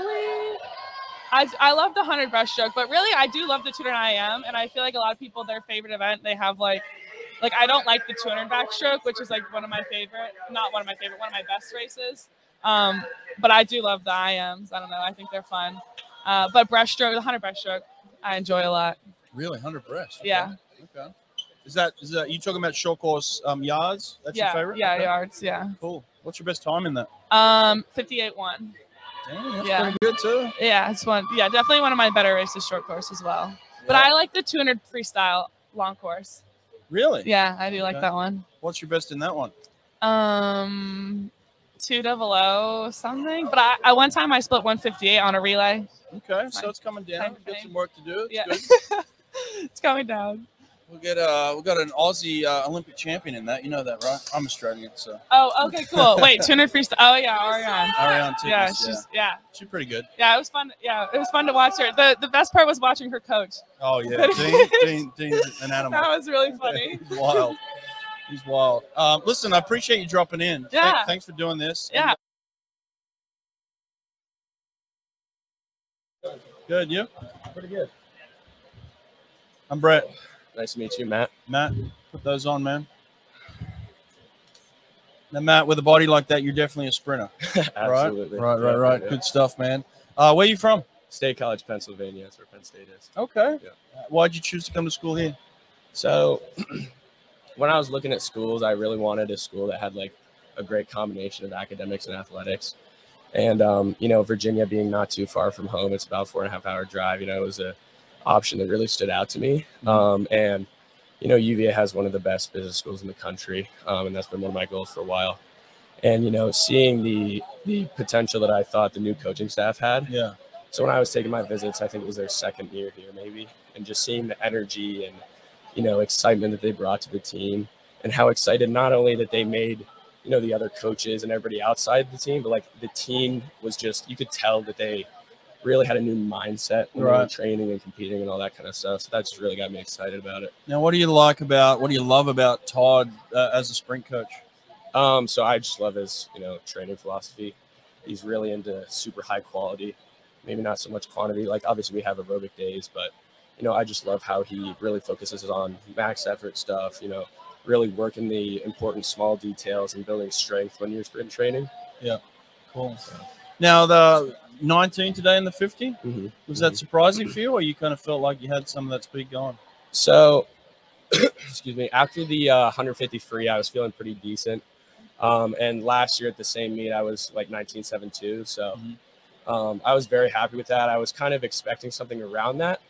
[SPEAKER 7] I, I love the hundred breaststroke, but really I do love the 200 IM, and I feel like a lot of people their favorite event they have like, like I don't like the 200 backstroke, which is like one of my favorite, not one of my favorite, one of my best races. Um, but I do love the IMs. I don't know, I think they're fun. Uh, but breaststroke, the hundred breaststroke, I enjoy a lot.
[SPEAKER 1] Really, 100 breast. okay.
[SPEAKER 7] Yeah.
[SPEAKER 1] Okay. Is that is that you talking about short course um, yards? That's
[SPEAKER 7] yeah,
[SPEAKER 1] your favorite.
[SPEAKER 7] yeah,
[SPEAKER 1] Okay,
[SPEAKER 7] yards, yeah.
[SPEAKER 1] Cool. What's your best time in that?
[SPEAKER 7] Um, 58 one.
[SPEAKER 1] Damn, that's
[SPEAKER 7] Yeah.
[SPEAKER 1] pretty good too.
[SPEAKER 7] Yeah, it's one. Yeah, definitely one of my better races, short course as well. But
[SPEAKER 1] Yeah.
[SPEAKER 7] I like the 200 freestyle long course.
[SPEAKER 1] really,
[SPEAKER 7] Yeah, I do like
[SPEAKER 1] Okay.
[SPEAKER 7] that one.
[SPEAKER 1] what's your best in that one?
[SPEAKER 7] Um, two double O something. But I, I one time I split 158 on a relay.
[SPEAKER 1] Okay,
[SPEAKER 7] It's
[SPEAKER 1] so
[SPEAKER 7] fine.
[SPEAKER 1] it's coming
[SPEAKER 7] Fine,
[SPEAKER 1] down. You've got
[SPEAKER 7] fine.
[SPEAKER 1] some work to do. It's
[SPEAKER 7] Yeah,
[SPEAKER 1] good.
[SPEAKER 7] it's going down.
[SPEAKER 1] We'll get uh, we got an Aussie uh, Olympic champion in that. You know that, right? I'm Australian, so
[SPEAKER 7] Oh, okay, cool. Wait, tuna freestyle. Oh yeah, Ariane.
[SPEAKER 1] (laughs) Ariane Tippis,
[SPEAKER 7] Yeah,
[SPEAKER 1] yeah,
[SPEAKER 7] she's yeah,
[SPEAKER 1] she's pretty good.
[SPEAKER 7] yeah. It was fun. Yeah, it was fun to watch her. the The best part was watching her coach. (laughs)
[SPEAKER 1] Oh yeah, Dean, Dean, Dean's an animal.
[SPEAKER 7] That was really funny.
[SPEAKER 1] (laughs) He's wild. He's wild. Um, listen, I appreciate you dropping in. Thank-
[SPEAKER 7] Yeah.
[SPEAKER 1] thanks for doing this.
[SPEAKER 7] Yeah.
[SPEAKER 1] Good. You?
[SPEAKER 8] Pretty good.
[SPEAKER 1] I'm Brett.
[SPEAKER 8] Nice to meet you, Matt.
[SPEAKER 1] Matt, put those on, man. Now, Matt, with a body like that, you're definitely a
[SPEAKER 8] (laughs)
[SPEAKER 1] sprinter.
[SPEAKER 8] Absolutely.
[SPEAKER 1] Right, right, right. Good stuff, man. Uh, where you from?
[SPEAKER 8] State College, Pennsylvania. That's where Penn State is.
[SPEAKER 1] Okay.
[SPEAKER 8] Yeah.
[SPEAKER 1] Why'd you choose to come to school here?
[SPEAKER 8] So (clears throat) when I was looking at schools, I really wanted a school that had like a great combination of academics and athletics. And um, you know, Virginia being not too far from home, it's about four and a half hour drive. You know, it was a option that really stood out to me. Um, and you know, UVA has one of the best business schools in the country, um, and that's been one of my goals for a while. And you know, seeing the the potential that I thought the new coaching staff had,
[SPEAKER 1] Yeah.
[SPEAKER 8] so when I was taking my visits, I think it was their second year here, maybe, and just seeing the energy and you know excitement that they brought to the team, and how excited not only that they made you know the other coaches and everybody outside the team, but like the team was just you could tell that they really had a new mindset when they were
[SPEAKER 1] Right.
[SPEAKER 8] training and competing and all that kind of stuff. So that just really got me excited about it.
[SPEAKER 1] Now, what do you like about, what do you love about Todd uh, as a sprint coach?
[SPEAKER 8] Um, so I just love his, you know, training philosophy. He's really into super high quality, maybe not so much quantity. Like obviously we have aerobic days, but you know, I just love how he really focuses on max effort stuff, you know, really working the important small details and building strength when you're sprint training.
[SPEAKER 1] Cool. Now, the 19 today and the 50,
[SPEAKER 8] Mhm.
[SPEAKER 1] was that surprising for you, or you kind of felt like you had some of that speed going?
[SPEAKER 8] So, excuse me. After the uh, 150 free, I was feeling pretty decent. Um, and last year at the same meet, I was like 1972. So,
[SPEAKER 1] Mhm.
[SPEAKER 8] um, I was very happy with that. I was kind of expecting something around that,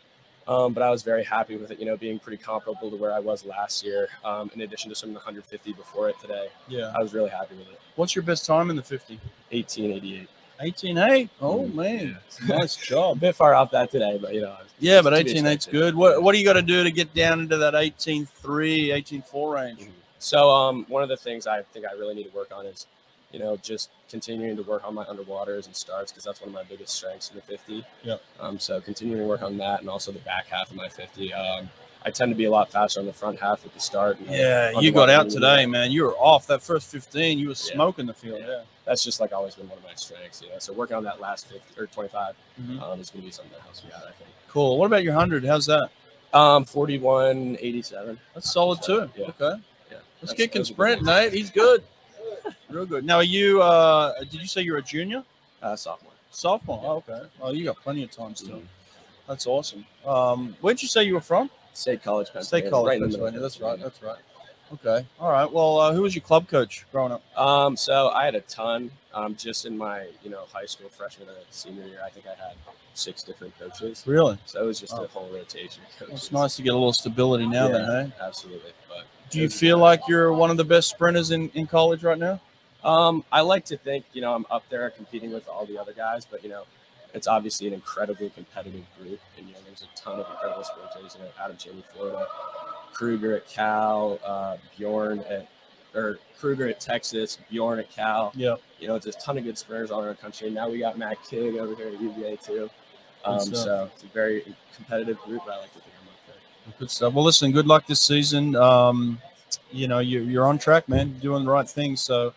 [SPEAKER 8] um, but I was very happy with it. You know, being pretty comparable to where I was last year. Um, in addition to some of the 150 before it today,
[SPEAKER 1] Yeah.
[SPEAKER 8] I was really happy with it.
[SPEAKER 1] What's your best time in the 50?
[SPEAKER 8] 1888.
[SPEAKER 1] 18.8. Oh, man. Nice
[SPEAKER 8] Mm, (laughs) a
[SPEAKER 1] job.
[SPEAKER 8] bit far off that today, but you know.
[SPEAKER 1] Yeah, but
[SPEAKER 8] it's to be
[SPEAKER 1] 18.8's
[SPEAKER 8] expected.
[SPEAKER 1] good. What, what do you got to do to get down into that 18.3, 18.4 range?
[SPEAKER 8] So um, one of the things I think I really need to work on is, you know, just continuing to work on my underwaters and starts because that's one of my biggest strengths in the 50.
[SPEAKER 1] Yep.
[SPEAKER 8] Um, so continuing to work on that and also the back half of my 50. Um, I tend to be a lot faster on the front half with the start. and, uh,
[SPEAKER 1] Yeah,
[SPEAKER 8] on
[SPEAKER 1] you
[SPEAKER 8] the
[SPEAKER 1] got
[SPEAKER 8] water
[SPEAKER 1] out
[SPEAKER 8] and-
[SPEAKER 1] today, man. You were off that first 15. You were smoking the field.
[SPEAKER 8] Yeah. That's just like always been one of my strengths, you know. So working on that last 50 or 25
[SPEAKER 1] Mhm.
[SPEAKER 8] um, is going to be something that helps me out, I think.
[SPEAKER 1] Cool. What about your 100? How's that?
[SPEAKER 8] Um, 41.87.
[SPEAKER 1] That's solid too.
[SPEAKER 8] Yeah.
[SPEAKER 1] Okay.
[SPEAKER 8] Yeah.
[SPEAKER 1] Let's
[SPEAKER 8] That's-
[SPEAKER 1] kick and
[SPEAKER 8] those are good
[SPEAKER 1] sprint,
[SPEAKER 8] ones.
[SPEAKER 1] Nate. He's
[SPEAKER 8] (laughs)
[SPEAKER 1] good. Real good. Now, are you, uh, did you say you're a junior?
[SPEAKER 8] Uh, sophomore.
[SPEAKER 1] Sophomore. Oh, okay. Oh, you got plenty of time still. That's awesome. Um, where'd you say you were from?
[SPEAKER 8] Mm-hmm. State College, Pennsylvania.
[SPEAKER 1] State College,
[SPEAKER 8] in the middle. Mm-hmm.
[SPEAKER 1] Pennsylvania. That's right. That's right. Okay. All right. Well, uh, who was your club coach growing up?
[SPEAKER 8] Um, so I had a ton. Um, just in my you know high school freshman and senior year, I think I had six different coaches.
[SPEAKER 1] Really?
[SPEAKER 8] So it was just
[SPEAKER 1] Wow.
[SPEAKER 8] a whole rotation. of coaches.
[SPEAKER 1] It's nice to get a little stability now,
[SPEAKER 8] Yeah.
[SPEAKER 1] then, hey?
[SPEAKER 8] Absolutely, but
[SPEAKER 1] Do you feel like you're one of the best sprinters in, in college right now?
[SPEAKER 8] um, I like to think you know I'm up there competing with all the other guys, but you know it's obviously an incredibly competitive group, and you know there's a ton of incredible sprinters. You know Adam Jamie Florida, Kruger at Cal, uh, Bjorn at or Kruger at Texas, Bjorn at Cal.
[SPEAKER 1] Yeah.
[SPEAKER 8] you know, it's a ton of good sprinters all around the country. Now we got Matt King over here at UVA too. Um,
[SPEAKER 1] Good stuff.
[SPEAKER 8] so it's a very competitive group. but I like to think I'm up there.
[SPEAKER 1] Good stuff. Well, listen, good luck this season. Um, you know, you, you're on track, man. You're doing the right thing. So,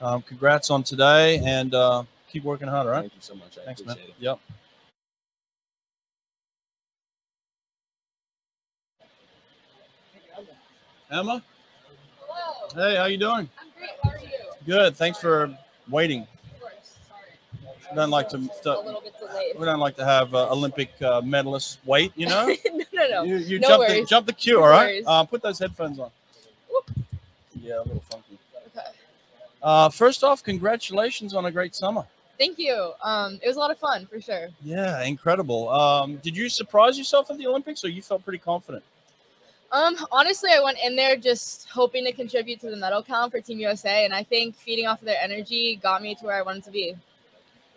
[SPEAKER 1] um, congrats on today and uh, keep working hard, all right?
[SPEAKER 8] Thank you so much. I
[SPEAKER 1] Thanks, man.
[SPEAKER 8] appreciate it.
[SPEAKER 1] Yep. Emma?
[SPEAKER 3] Hello.
[SPEAKER 1] Hey, how you doing?
[SPEAKER 3] I'm great. How are you?
[SPEAKER 1] Good. Thanks for waiting.
[SPEAKER 3] Of course. Sorry.
[SPEAKER 1] We don't like to,
[SPEAKER 3] A
[SPEAKER 1] to-
[SPEAKER 3] little bit delayed.
[SPEAKER 1] we don't like to have uh, Olympic uh, medalists wait,
[SPEAKER 3] (laughs)
[SPEAKER 1] you know?
[SPEAKER 3] no, no, no.
[SPEAKER 1] You, you
[SPEAKER 3] No
[SPEAKER 1] jump, the,
[SPEAKER 3] worries.
[SPEAKER 1] jump the queue,
[SPEAKER 3] No
[SPEAKER 1] all right?
[SPEAKER 3] worries.
[SPEAKER 1] Uh, put those headphones on.
[SPEAKER 3] Whoop.
[SPEAKER 1] Yeah, a little funky.
[SPEAKER 3] Okay.
[SPEAKER 1] Uh, first off, congratulations on a great summer.
[SPEAKER 3] Thank you. Um, it was a lot of fun for sure.
[SPEAKER 1] Yeah, incredible. Um, did you surprise yourself at the Olympics, or you felt pretty confident?
[SPEAKER 3] Um, honestly, I went in there just hoping to contribute to the medal count for Team USA, and I think feeding off of their energy got me to where I wanted to be.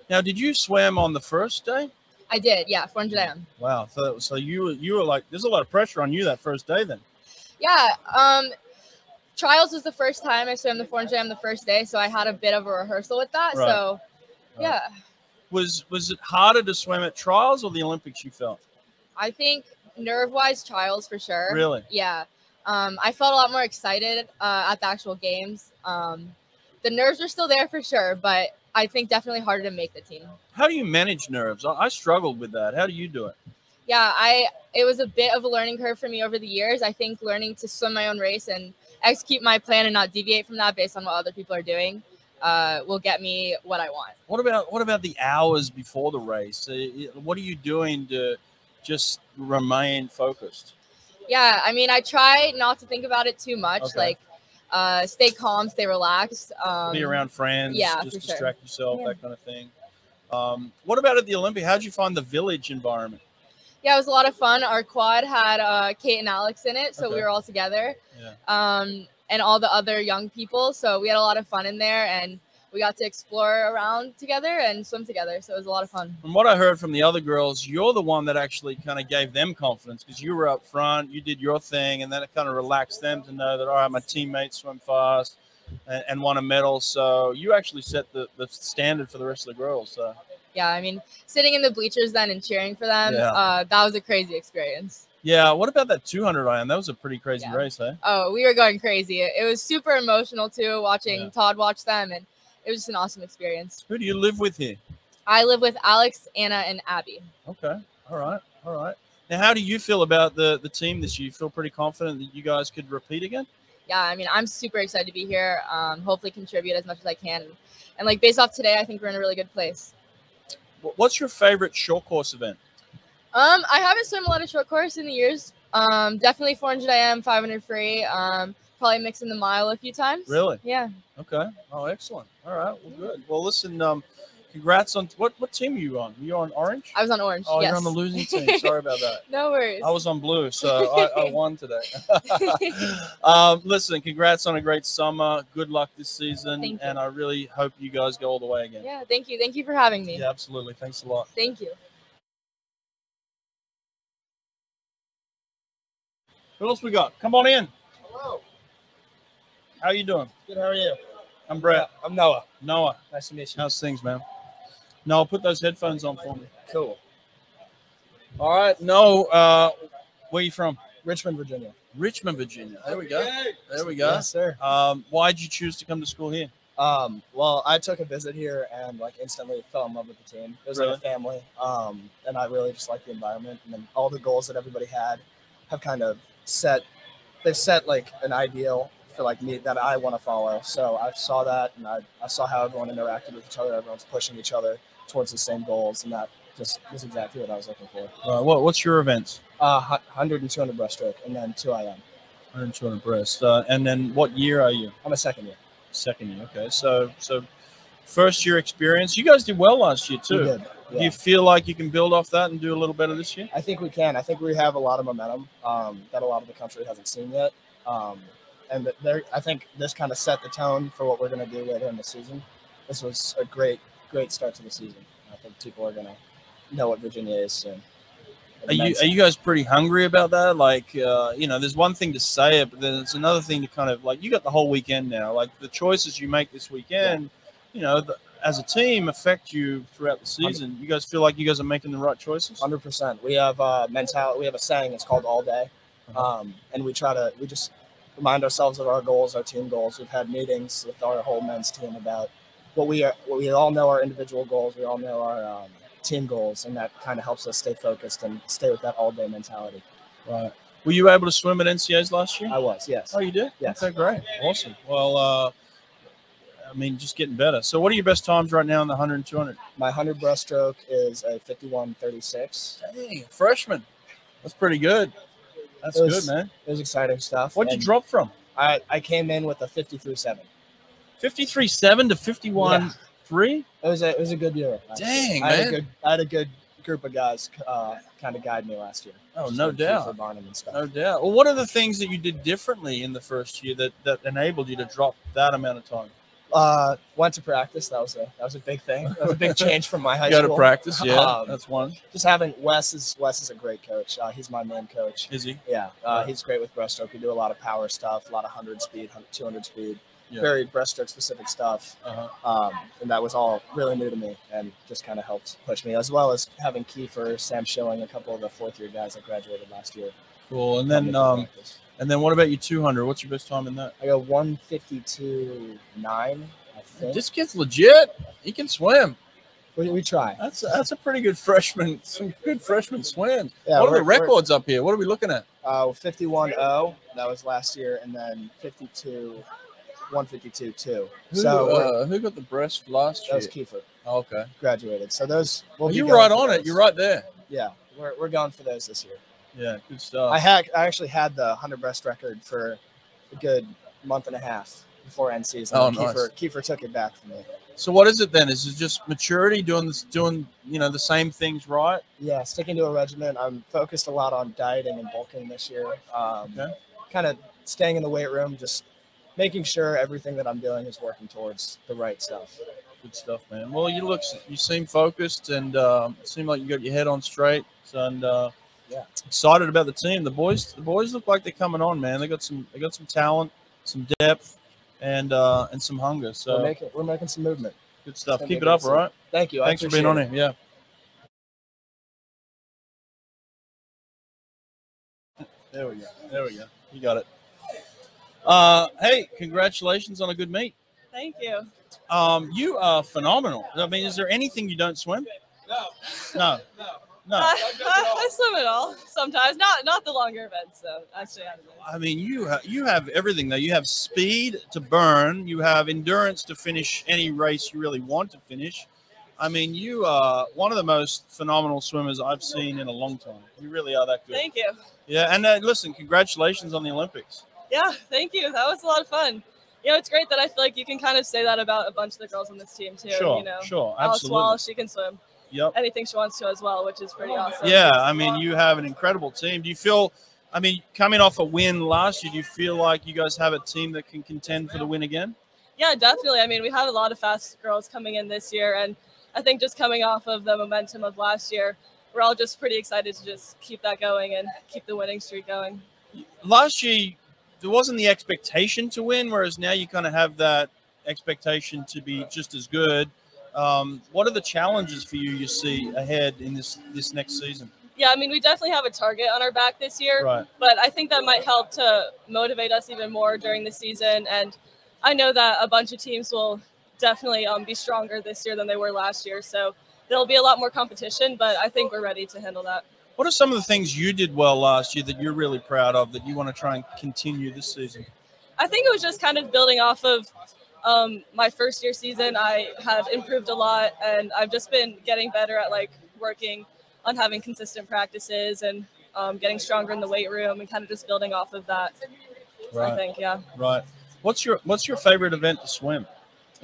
[SPEAKER 1] Now, did you swim on the first day?
[SPEAKER 3] I did, yeah, 400 am.
[SPEAKER 1] Wow. So, so you were- you were like, there's a lot of pressure on you that first day, then.
[SPEAKER 3] Yeah. Um, trials was the first time I swam the 400 jam the first day, so I had a bit of a rehearsal with that.
[SPEAKER 1] Right.
[SPEAKER 3] So,
[SPEAKER 1] Right.
[SPEAKER 3] yeah,
[SPEAKER 1] Was was it harder to swim at trials or the Olympics? You felt
[SPEAKER 3] I think nerve-wise, trials for sure.
[SPEAKER 1] really
[SPEAKER 3] Yeah. Um, I felt a lot more excited uh, at the actual games. Um, the nerves were still there for sure, but I think definitely harder to make the team.
[SPEAKER 1] How do you manage nerves? I, I struggled with that. How do you do it?
[SPEAKER 3] yeah i it was a bit of a learning curve for me over the years i think learning to swim my own race and execute my plan and not deviate from that based on what other people are doing uh, will get me what i want
[SPEAKER 1] What about what about the hours before the race? Uh, y- What are you doing to just remain focused?
[SPEAKER 3] yeah i mean i try not to think about it too much
[SPEAKER 1] Okay.
[SPEAKER 3] like uh, stay calm stay relaxed um,
[SPEAKER 1] Be around friends,
[SPEAKER 3] yeah,
[SPEAKER 1] just
[SPEAKER 3] for sure.
[SPEAKER 1] distract yourself,
[SPEAKER 3] Yeah.
[SPEAKER 1] that kind of thing. Um, what about at the Olympic? How'd you find the village environment?
[SPEAKER 3] yeah it was a lot of fun our quad had uh, kate and alex in it so
[SPEAKER 1] Okay.
[SPEAKER 3] we were all together
[SPEAKER 1] Yeah.
[SPEAKER 3] um, and all the other young people so we had a lot of fun in there and we got to explore around together and swim together so it was a lot of fun
[SPEAKER 1] From what I heard from the other girls, you're the one that actually kind of gave them confidence because you were up front, you did your thing, and then it kind of relaxed them to know that all right, my teammates swim fast and, and won a medal. So you actually set the, the standard for the rest of the girls. So
[SPEAKER 3] yeah, I mean, sitting in the bleachers then and cheering for them,
[SPEAKER 1] Yeah.
[SPEAKER 3] uh, that was a crazy experience.
[SPEAKER 1] yeah, what about that 200 iron? That was a pretty crazy
[SPEAKER 3] Yeah.
[SPEAKER 1] race, eh?
[SPEAKER 3] Oh, we were going crazy. It was super emotional too, watching
[SPEAKER 1] Yeah.
[SPEAKER 3] Todd watch them, and it was just an awesome experience.
[SPEAKER 1] Who do you live with here?
[SPEAKER 3] I live with Alex, Anna, and Abby.
[SPEAKER 1] Okay, all right, all right. Now, how do you feel about the the team this year? You feel pretty confident that you guys could repeat again?
[SPEAKER 3] Yeah, I mean, I'm super excited to be here. Um, hopefully, contribute as much as I can, and like based off today, I think we're in a really good place.
[SPEAKER 1] Wh- What's your favorite short course event?
[SPEAKER 3] Um, I haven't swum a lot of short course in the years. Um, definitely 400 IM, 500 free. Um, probably mixing the mile a few times.
[SPEAKER 1] Really?
[SPEAKER 3] Yeah.
[SPEAKER 1] Okay. Oh, excellent. All right. Well, good. Well, listen. Um, congrats on what what team are you on? You on orange?
[SPEAKER 3] I was on orange.
[SPEAKER 1] oh,
[SPEAKER 3] yes.
[SPEAKER 1] you're on the
[SPEAKER 3] (laughs)
[SPEAKER 1] losing team. Sorry about that.
[SPEAKER 3] no worries.
[SPEAKER 1] I was on blue, so
[SPEAKER 3] (laughs)
[SPEAKER 1] I, I won today. um, listen, congrats on a great summer. Good luck this season,
[SPEAKER 3] Thank you.
[SPEAKER 1] and I really hope you guys go all the way again.
[SPEAKER 3] Yeah, thank you. Thank you for having me.
[SPEAKER 1] yeah absolutely. Thanks a lot.
[SPEAKER 3] Thank you.
[SPEAKER 1] Who else we got? Come on in. Hello. How you doing?
[SPEAKER 9] Good, how are you? Uh,
[SPEAKER 1] I'm Brett.
[SPEAKER 9] I'm Noah.
[SPEAKER 1] Noah,
[SPEAKER 9] Nice to meet you.
[SPEAKER 1] how's things, man? Noah, put those headphones on for me.
[SPEAKER 9] Cool.
[SPEAKER 1] All right. No, uh, where you from?
[SPEAKER 9] Richmond, Virginia.
[SPEAKER 1] Richmond, Virginia. There we go. There we go.
[SPEAKER 9] Yes, sir.
[SPEAKER 1] Um, why'd you choose to come to school here?
[SPEAKER 9] Um, well, I took a visit here and like instantly fell in love with the team. It was
[SPEAKER 1] Really?
[SPEAKER 9] like a family. Um, and I really just like the environment and then all the goals that everybody had have kind of set they've set like an ideal for like me that I want to follow. So I saw that and I, I saw how everyone interacted with each other, everyone's pushing each other towards the same goals and that just was exactly what I was looking for.
[SPEAKER 1] Uh, what, what's your events?
[SPEAKER 9] Uh, hu- 100 and 200 breaststroke and then 2 IM.
[SPEAKER 1] 120 breast. Uh, and then what year are you?
[SPEAKER 9] I'm a second year.
[SPEAKER 1] Second year. Okay. So, so first year experience. You guys did well last year
[SPEAKER 9] We
[SPEAKER 1] too.
[SPEAKER 9] did,
[SPEAKER 1] Do
[SPEAKER 9] yeah.
[SPEAKER 1] you feel like you can build off that and do a little better this year?
[SPEAKER 9] I think we can. I think we have a lot of momentum um, that a lot of the country hasn't seen yet, um, and that there. I think this kind of set the tone for what we're going to do later in the season. This was a great, great start to the season. I think people are going to know what Virginia is soon.
[SPEAKER 1] Are you
[SPEAKER 9] Immense.
[SPEAKER 1] are you guys pretty hungry about that? Like, uh, you know, there's one thing to say it, but then it's another thing to kind of like you got the whole weekend now. Like the choices you make this weekend, you know, the, as a team affect you throughout the season. You guys feel like you guys are making the right choices.
[SPEAKER 9] Hundred percent. We have uh, mentality. We have a saying. It's called all day,
[SPEAKER 1] Uh-huh.
[SPEAKER 9] um, and we try to. We just remind ourselves of our goals, our team goals. We've had meetings with our whole men's team about what we are. What we all know our individual goals. We all know our um, team goals, and that kind of helps us stay focused and stay with that all day mentality.
[SPEAKER 1] Right. Were you able to swim at NCA's last year?
[SPEAKER 9] I was yes.
[SPEAKER 1] Oh, you did.
[SPEAKER 9] Yes.
[SPEAKER 1] Okay, great. Awesome. Well, uh, I mean, just getting better. So, what are your best times right now in the 100 and 200?
[SPEAKER 9] My hundred breaststroke is a fifty-one thirty-six.
[SPEAKER 1] Dang, freshman. That's pretty good. That's
[SPEAKER 9] It was-
[SPEAKER 1] good, man.
[SPEAKER 9] It was exciting stuff.
[SPEAKER 1] What'd
[SPEAKER 9] and
[SPEAKER 1] you drop from?
[SPEAKER 9] I I came in with a fifty-three seven.
[SPEAKER 1] 53 7 to 51
[SPEAKER 9] Yeah.
[SPEAKER 1] 3.
[SPEAKER 9] It was a it was a good year. last year.
[SPEAKER 1] Dang,
[SPEAKER 9] I had
[SPEAKER 1] man.
[SPEAKER 9] a good I had a good group of guys uh, kind of guide me last year.
[SPEAKER 1] Oh,
[SPEAKER 9] Just
[SPEAKER 1] no
[SPEAKER 9] like Keith
[SPEAKER 1] doubt.
[SPEAKER 9] Barnum and stuff.
[SPEAKER 1] No doubt. Well, what are the things that you did differently in the first year that, that enabled you to drop that amount of time?
[SPEAKER 9] Uh, went to practice. That was a that was a big thing. That was
[SPEAKER 1] (laughs)
[SPEAKER 9] a big change from my high
[SPEAKER 1] You got
[SPEAKER 9] school.
[SPEAKER 1] to practice. Yeah,
[SPEAKER 9] Um,
[SPEAKER 1] that's one.
[SPEAKER 9] Just having Wes is Wes is a great coach. Uh, he's my main coach.
[SPEAKER 1] Is he?
[SPEAKER 9] Yeah, uh, he's great with breaststroke. We do a lot of power stuff, a lot of 100 speed, 100 200 speed,
[SPEAKER 1] Yeah.
[SPEAKER 9] very breaststroke specific stuff.
[SPEAKER 1] Uh-huh.
[SPEAKER 9] Um, and that was all really new to me and just kind of helped push me, as well as having Kiefer, Sam Schilling, a couple of the fourth year guys that graduated last year.
[SPEAKER 1] Cool. And
[SPEAKER 9] helped me
[SPEAKER 1] then,
[SPEAKER 9] through
[SPEAKER 1] um,
[SPEAKER 9] practice.
[SPEAKER 1] and then what about your 200? What's your best time in that?
[SPEAKER 9] I got 152.9, I think.
[SPEAKER 1] This kid's legit. He can swim.
[SPEAKER 9] we, we try.
[SPEAKER 1] That's that's a pretty good (laughs) freshman. Some good freshman swims.
[SPEAKER 9] Yeah,
[SPEAKER 1] what are the
[SPEAKER 9] we're- we're-
[SPEAKER 1] records up here? What are we looking at?
[SPEAKER 9] Uh, 51 0, that was last year, and then 52, 152 2.
[SPEAKER 1] Who,
[SPEAKER 9] So we're-
[SPEAKER 1] uh, who got the breast last
[SPEAKER 9] that
[SPEAKER 1] year?
[SPEAKER 9] was Kiefer
[SPEAKER 1] Oh, okay.
[SPEAKER 9] graduated. So those, we'll be
[SPEAKER 1] you
[SPEAKER 9] going
[SPEAKER 1] right
[SPEAKER 9] for
[SPEAKER 1] on it.
[SPEAKER 9] those.
[SPEAKER 1] You're right there.
[SPEAKER 9] Yeah, we're, we're going for those this year.
[SPEAKER 1] Yeah, good stuff.
[SPEAKER 9] I had I actually had the 100 breast record for a good month and a half before end season.
[SPEAKER 1] Oh,
[SPEAKER 9] and
[SPEAKER 1] nice.
[SPEAKER 9] Kiefer, Kiefer took it back from me.
[SPEAKER 1] so what is it then? Is it just maturity, doing this, doing you know the same things right?
[SPEAKER 9] Yeah, sticking to a regimen. I'm focused a lot on dieting and bulking this year. Um,
[SPEAKER 1] Okay.
[SPEAKER 9] Kind of staying in the weight room, just making sure everything that I'm doing is working towards the right stuff.
[SPEAKER 1] Good stuff, man. Well, you look, you seem focused, and um, seem like you got your head on straight, and uh,
[SPEAKER 9] Yeah.
[SPEAKER 1] excited about the team. The boys, the boys look like they're coming on, man. They got some, they got some talent, some depth, and uh, and some hunger.
[SPEAKER 9] we're
[SPEAKER 1] So
[SPEAKER 9] making we're making some movement.
[SPEAKER 1] good stuff.
[SPEAKER 9] gonna
[SPEAKER 1] Keep
[SPEAKER 9] be
[SPEAKER 1] it up,
[SPEAKER 9] good
[SPEAKER 1] all right.
[SPEAKER 9] Thank you. I
[SPEAKER 1] Thanks for being
[SPEAKER 9] appreciate
[SPEAKER 1] on
[SPEAKER 9] it.
[SPEAKER 1] here. Yeah. There we go. There we go. You got it. Uh, hey, congratulations on a good meet.
[SPEAKER 10] Thank you.
[SPEAKER 1] Um, you are phenomenal. I mean, is there anything you don't swim?
[SPEAKER 4] No,
[SPEAKER 1] No,
[SPEAKER 4] no.
[SPEAKER 1] no.
[SPEAKER 4] I don't at all.
[SPEAKER 10] Uh, (laughs) I swim at all sometimes. Not not the longer events though. Actually, I don't know.
[SPEAKER 1] I mean, you ha- you have everything though. You have speed to burn. You have endurance to finish any race you really want to finish. I mean, you are one of the most phenomenal swimmers I've seen in a long time. You really are that good.
[SPEAKER 10] Thank you.
[SPEAKER 1] Yeah, and uh, listen, congratulations on the Olympics.
[SPEAKER 10] Yeah, thank you. That was a lot of fun. You know, it's great that I feel like you can kind of say that about a bunch of the girls on this team too.
[SPEAKER 1] sure,
[SPEAKER 10] you know,
[SPEAKER 1] sure,
[SPEAKER 10] Alice
[SPEAKER 1] absolutely.
[SPEAKER 10] Wall, she can swim
[SPEAKER 1] Yep.
[SPEAKER 10] anything she wants to as well, which is pretty awesome.
[SPEAKER 1] Yeah, I mean, you have an incredible team. Do you feel? I mean, coming off a win last year, do you feel like you guys have a team that can contend for the win again?
[SPEAKER 10] Yeah, definitely. I mean, we had a lot of fast girls coming in this year, and I think just coming off of the momentum of last year, we're all just pretty excited to just keep that going and keep the winning streak going.
[SPEAKER 1] Last year, there wasn't the expectation to win, whereas now you kind of have that expectation to be just as good. Um, what are the challenges for you you see ahead in this this next season?
[SPEAKER 10] Yeah, I mean, we definitely have a target on our back this year.
[SPEAKER 1] Right.
[SPEAKER 10] but I think that might help to motivate us even more during the season. And I know that a bunch of teams will definitely um, be stronger this year than they were last year. So there'll be a lot more competition, but I think we're ready to handle that.
[SPEAKER 1] What are some of the things you did well last year that you're really proud of that you want to try and continue this season?
[SPEAKER 10] I think it was just kind of building off of um, my first year season. I have improved a lot, and I've just been getting better at like working on having consistent practices and um, getting stronger in the weight room and kind of just building off of that. I think, yeah.
[SPEAKER 1] Right. What's your What's your favorite event to swim?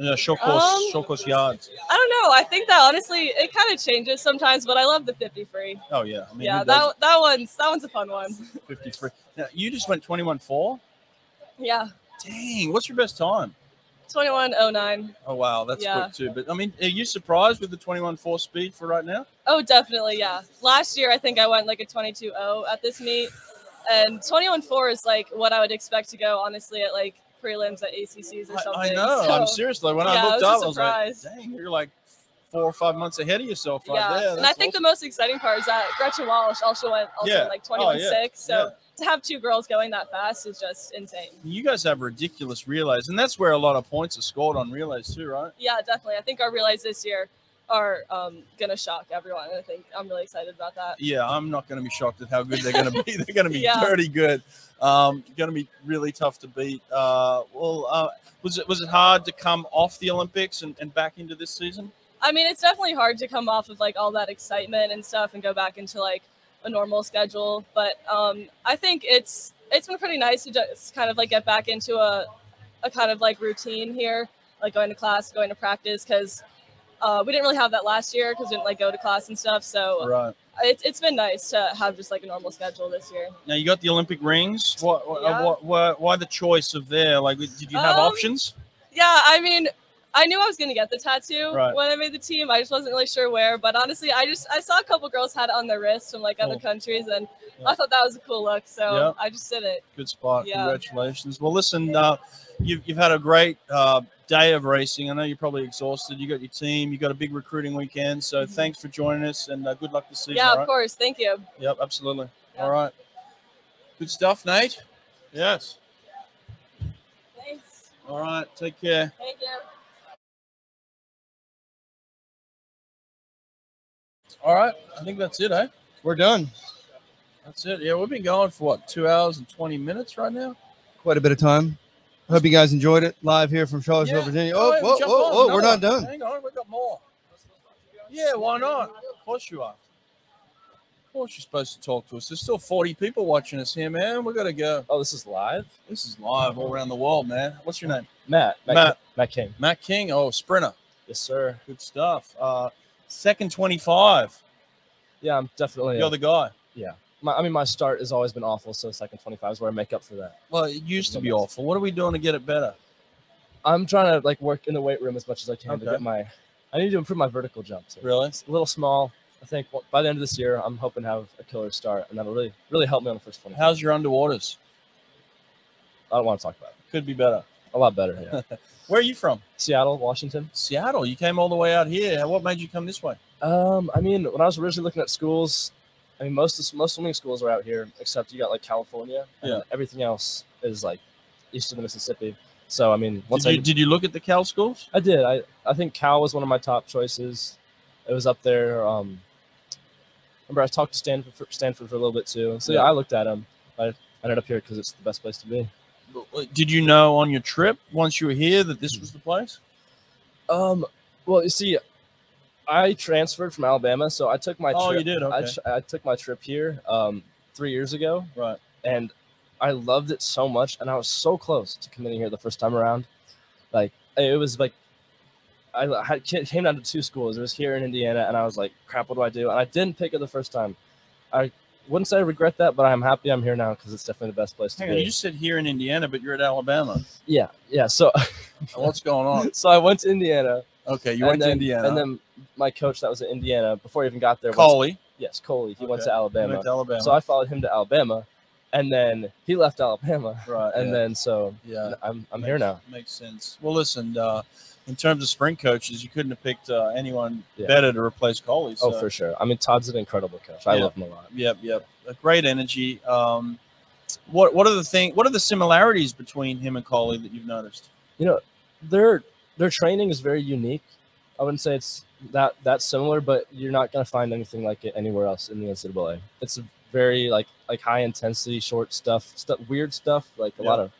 [SPEAKER 1] Uh, short course,
[SPEAKER 10] Um,
[SPEAKER 1] short course yards.
[SPEAKER 10] I don't know. I think that honestly, it kind of changes sometimes, but I love the 50 free.
[SPEAKER 1] Oh yeah, I mean,
[SPEAKER 10] yeah,
[SPEAKER 1] who doesn't?
[SPEAKER 10] that that one's that one's a fun one. (laughs)
[SPEAKER 1] fifty three. Now, you just went twenty one four.
[SPEAKER 10] Yeah,
[SPEAKER 1] Dang, what's your best time?
[SPEAKER 10] 2109.
[SPEAKER 1] Oh wow, that's
[SPEAKER 10] Yeah.
[SPEAKER 1] quick too. But I mean, are you surprised with the twenty one four speed for right now?
[SPEAKER 10] Oh, definitely, yeah. Last year, I think I went like a 22.0 at this meet, and 21.4 is like what I would expect to go honestly at like prelims at ACCs or something.
[SPEAKER 1] I, I know. I'm
[SPEAKER 10] So,
[SPEAKER 1] serious. Like when
[SPEAKER 10] yeah,
[SPEAKER 1] I
[SPEAKER 10] I was
[SPEAKER 1] looked up,
[SPEAKER 10] just
[SPEAKER 1] I was like,
[SPEAKER 10] surprised.
[SPEAKER 1] dang, you're like four or five months ahead of yourself right
[SPEAKER 10] yeah,
[SPEAKER 1] there.
[SPEAKER 10] and I
[SPEAKER 1] That's
[SPEAKER 10] think
[SPEAKER 1] awesome.
[SPEAKER 10] the most exciting part is that Gretchen Walsh also went also
[SPEAKER 1] Yeah.
[SPEAKER 10] like
[SPEAKER 1] Oh,
[SPEAKER 10] 21.6.
[SPEAKER 1] yeah.
[SPEAKER 10] So to have two girls going that fast is just insane.
[SPEAKER 1] you guys have ridiculous relays, and that's where a lot of points are scored on relays too, right?
[SPEAKER 10] Yeah, definitely. I think our relays this year are um, gonna shock everyone. and I think I'm really excited about that.
[SPEAKER 1] yeah, I'm not going to be shocked at how good they're going to be. (laughs) They're going to be
[SPEAKER 10] Yeah.
[SPEAKER 1] pretty good. Um, going to be really tough to beat. Uh, well, uh, was it was it hard to come off the Olympics and, and back into this season?
[SPEAKER 10] I mean, it's definitely hard to come off of like all that excitement and stuff and go back into like a normal schedule, but um, I think it's it's been pretty nice to just kind of like get back into a a kind of like routine here, like going to class, going to practice, because uh, we didn't really have that last year because we didn't like go to class and stuff. So
[SPEAKER 1] Right
[SPEAKER 10] it's it's been nice to have just like a normal schedule this year.
[SPEAKER 1] now, you got the Olympic rings. What,
[SPEAKER 10] Yeah.
[SPEAKER 1] what, why the choice of there? Like, did you have
[SPEAKER 10] Um,
[SPEAKER 1] options?
[SPEAKER 10] Yeah, I mean, I knew I was gonna get the tattoo
[SPEAKER 1] Right.
[SPEAKER 10] when I made the team. I just wasn't really sure where, but honestly, I just I saw a couple girls had it on their wrists from like other
[SPEAKER 1] Cool.
[SPEAKER 10] countries, and
[SPEAKER 1] Yeah.
[SPEAKER 10] I thought that was a cool look. So
[SPEAKER 1] Yeah.
[SPEAKER 10] I just did it.
[SPEAKER 1] Good spot.
[SPEAKER 10] Yeah.
[SPEAKER 1] Congratulations. Well, listen, uh, you've, you've had a great uh, day of racing. I know you're probably exhausted. You got your team. You got a big recruiting weekend. So
[SPEAKER 10] Mhm.
[SPEAKER 1] thanks for joining us, and uh, good luck this season.
[SPEAKER 10] yeah,
[SPEAKER 1] all
[SPEAKER 10] of
[SPEAKER 1] right?
[SPEAKER 10] course. Thank you.
[SPEAKER 1] Yep, absolutely.
[SPEAKER 10] Yeah.
[SPEAKER 1] All right. Good stuff, Nate. Yes.
[SPEAKER 10] Thanks.
[SPEAKER 1] All right. Take care.
[SPEAKER 10] Thank you.
[SPEAKER 1] All right. I think that's it, eh?
[SPEAKER 6] We're done.
[SPEAKER 1] That's it. Yeah, we've been going for what two hours and twenty minutes right now.
[SPEAKER 6] Quite a bit of time. I hope you guys enjoyed it live here from Charlottesville,
[SPEAKER 1] Yeah.
[SPEAKER 6] Virginia.
[SPEAKER 1] Go
[SPEAKER 6] Oh,
[SPEAKER 1] ahead,
[SPEAKER 6] whoa,
[SPEAKER 1] jump
[SPEAKER 6] whoa,
[SPEAKER 1] on,
[SPEAKER 6] whoa, we're
[SPEAKER 1] another
[SPEAKER 6] not
[SPEAKER 1] one.
[SPEAKER 6] done.
[SPEAKER 1] Hang on, we got more. Yeah, why not? Of course you are. Of course you're supposed to talk to us. There's still 40 people watching us here, man. We gotta go.
[SPEAKER 11] Oh, this is live?
[SPEAKER 1] This is live all around the world, man. What's your name?
[SPEAKER 11] Matt. Matt,
[SPEAKER 1] Matt.
[SPEAKER 11] Matt King.
[SPEAKER 1] Matt King. Oh, sprinter.
[SPEAKER 11] Yes, sir.
[SPEAKER 1] Good stuff. Uh, second 25.
[SPEAKER 11] Yeah, I'm definitely.
[SPEAKER 1] You're the guy.
[SPEAKER 11] my, I mean, my start has always been awful, so second 25 is where I make up for that.
[SPEAKER 1] Well, it used to be awful. What are we doing to get it better?
[SPEAKER 11] I'm trying to like work in the weight room as much as I can to
[SPEAKER 1] Okay.
[SPEAKER 11] get my. I need to improve my vertical jump too.
[SPEAKER 1] Really?
[SPEAKER 11] It's a little small. I think well, by the end of this year, I'm hoping to have a killer start, and that'll really, really help me on the first 25.
[SPEAKER 1] How's your underwaters?
[SPEAKER 11] I don't want to talk about it.
[SPEAKER 1] Could be better.
[SPEAKER 11] A lot better. Yeah.
[SPEAKER 1] (laughs) Where are you from?
[SPEAKER 11] Seattle, Washington.
[SPEAKER 1] Seattle. You came all the way out here. What made you come this way?
[SPEAKER 11] Um, I mean, when I was originally looking at schools, I mean, most of, most swimming schools are out here, except you got like California. and
[SPEAKER 1] Yeah.
[SPEAKER 11] Everything else is like east of the Mississippi. So I mean, once
[SPEAKER 1] Did
[SPEAKER 11] I
[SPEAKER 1] you, did you look at the Cal schools?
[SPEAKER 11] I did. I, I think Cal was one of my top choices. It was up there. Um, remember, I talked to Stanford for, Stanford for a little bit too. So yeah,
[SPEAKER 1] Yeah.
[SPEAKER 11] I looked at him. I ended up here because it's the best place to be.
[SPEAKER 1] Did you know on your trip once you were here that this was the place?
[SPEAKER 11] Hmm. Um, well, you see, I transferred from Alabama, so I took my
[SPEAKER 1] oh,
[SPEAKER 11] trip.
[SPEAKER 1] you did.
[SPEAKER 11] I,
[SPEAKER 1] Okay.
[SPEAKER 11] tr- I took my trip here um, three years ago,
[SPEAKER 1] right.
[SPEAKER 11] and I loved it so much, and I was so close to committing here the first time around. Like it was like I l- had ca- came down to two schools. It was here in Indiana, and I was like, "Crap, what do I do?" And I didn't pick it the first time. I wouldn't say I regret that, but I'm happy I'm here now because it's definitely the best place to
[SPEAKER 1] Hang on,
[SPEAKER 11] be.
[SPEAKER 1] you said here in Indiana, but you're at Alabama.
[SPEAKER 11] Yeah, yeah. So
[SPEAKER 1] (laughs) What's going on?
[SPEAKER 11] so I went to Indiana.
[SPEAKER 1] Okay, you
[SPEAKER 11] and
[SPEAKER 1] went
[SPEAKER 11] then,
[SPEAKER 1] to Indiana.
[SPEAKER 11] and then my coach that was at Indiana before I even got there. Went
[SPEAKER 1] Coley
[SPEAKER 11] to- yes, Coley. He went
[SPEAKER 1] Okay.
[SPEAKER 11] to
[SPEAKER 1] you
[SPEAKER 11] Alabama.
[SPEAKER 1] went to Alabama.
[SPEAKER 11] So I followed him to Alabama, and then he left Alabama,
[SPEAKER 1] right,
[SPEAKER 11] and
[SPEAKER 1] yeah,
[SPEAKER 11] then so
[SPEAKER 1] yeah,
[SPEAKER 11] I'm I'm
[SPEAKER 1] makes-
[SPEAKER 11] here now.
[SPEAKER 1] Makes sense. Well, listen, uh, in terms of spring coaches, you couldn't have picked uh, anyone
[SPEAKER 11] Yeah.
[SPEAKER 1] better to replace Coley.
[SPEAKER 11] Oh,
[SPEAKER 1] so-
[SPEAKER 11] for sure. I mean, Todd's an incredible coach. I
[SPEAKER 1] Yeah.
[SPEAKER 11] love him a lot.
[SPEAKER 1] Yep, yep. A great energy. Um, what what are the thing? What are the similarities between him and Coley that you've noticed?
[SPEAKER 11] Their their training is very unique. I wouldn't say it's that that similar, but you're not gonna find anything like it anywhere else in the NCAA. It's very like like high intensity, short stuff, stuff weird stuff, like a
[SPEAKER 1] Yeah.
[SPEAKER 11] lot of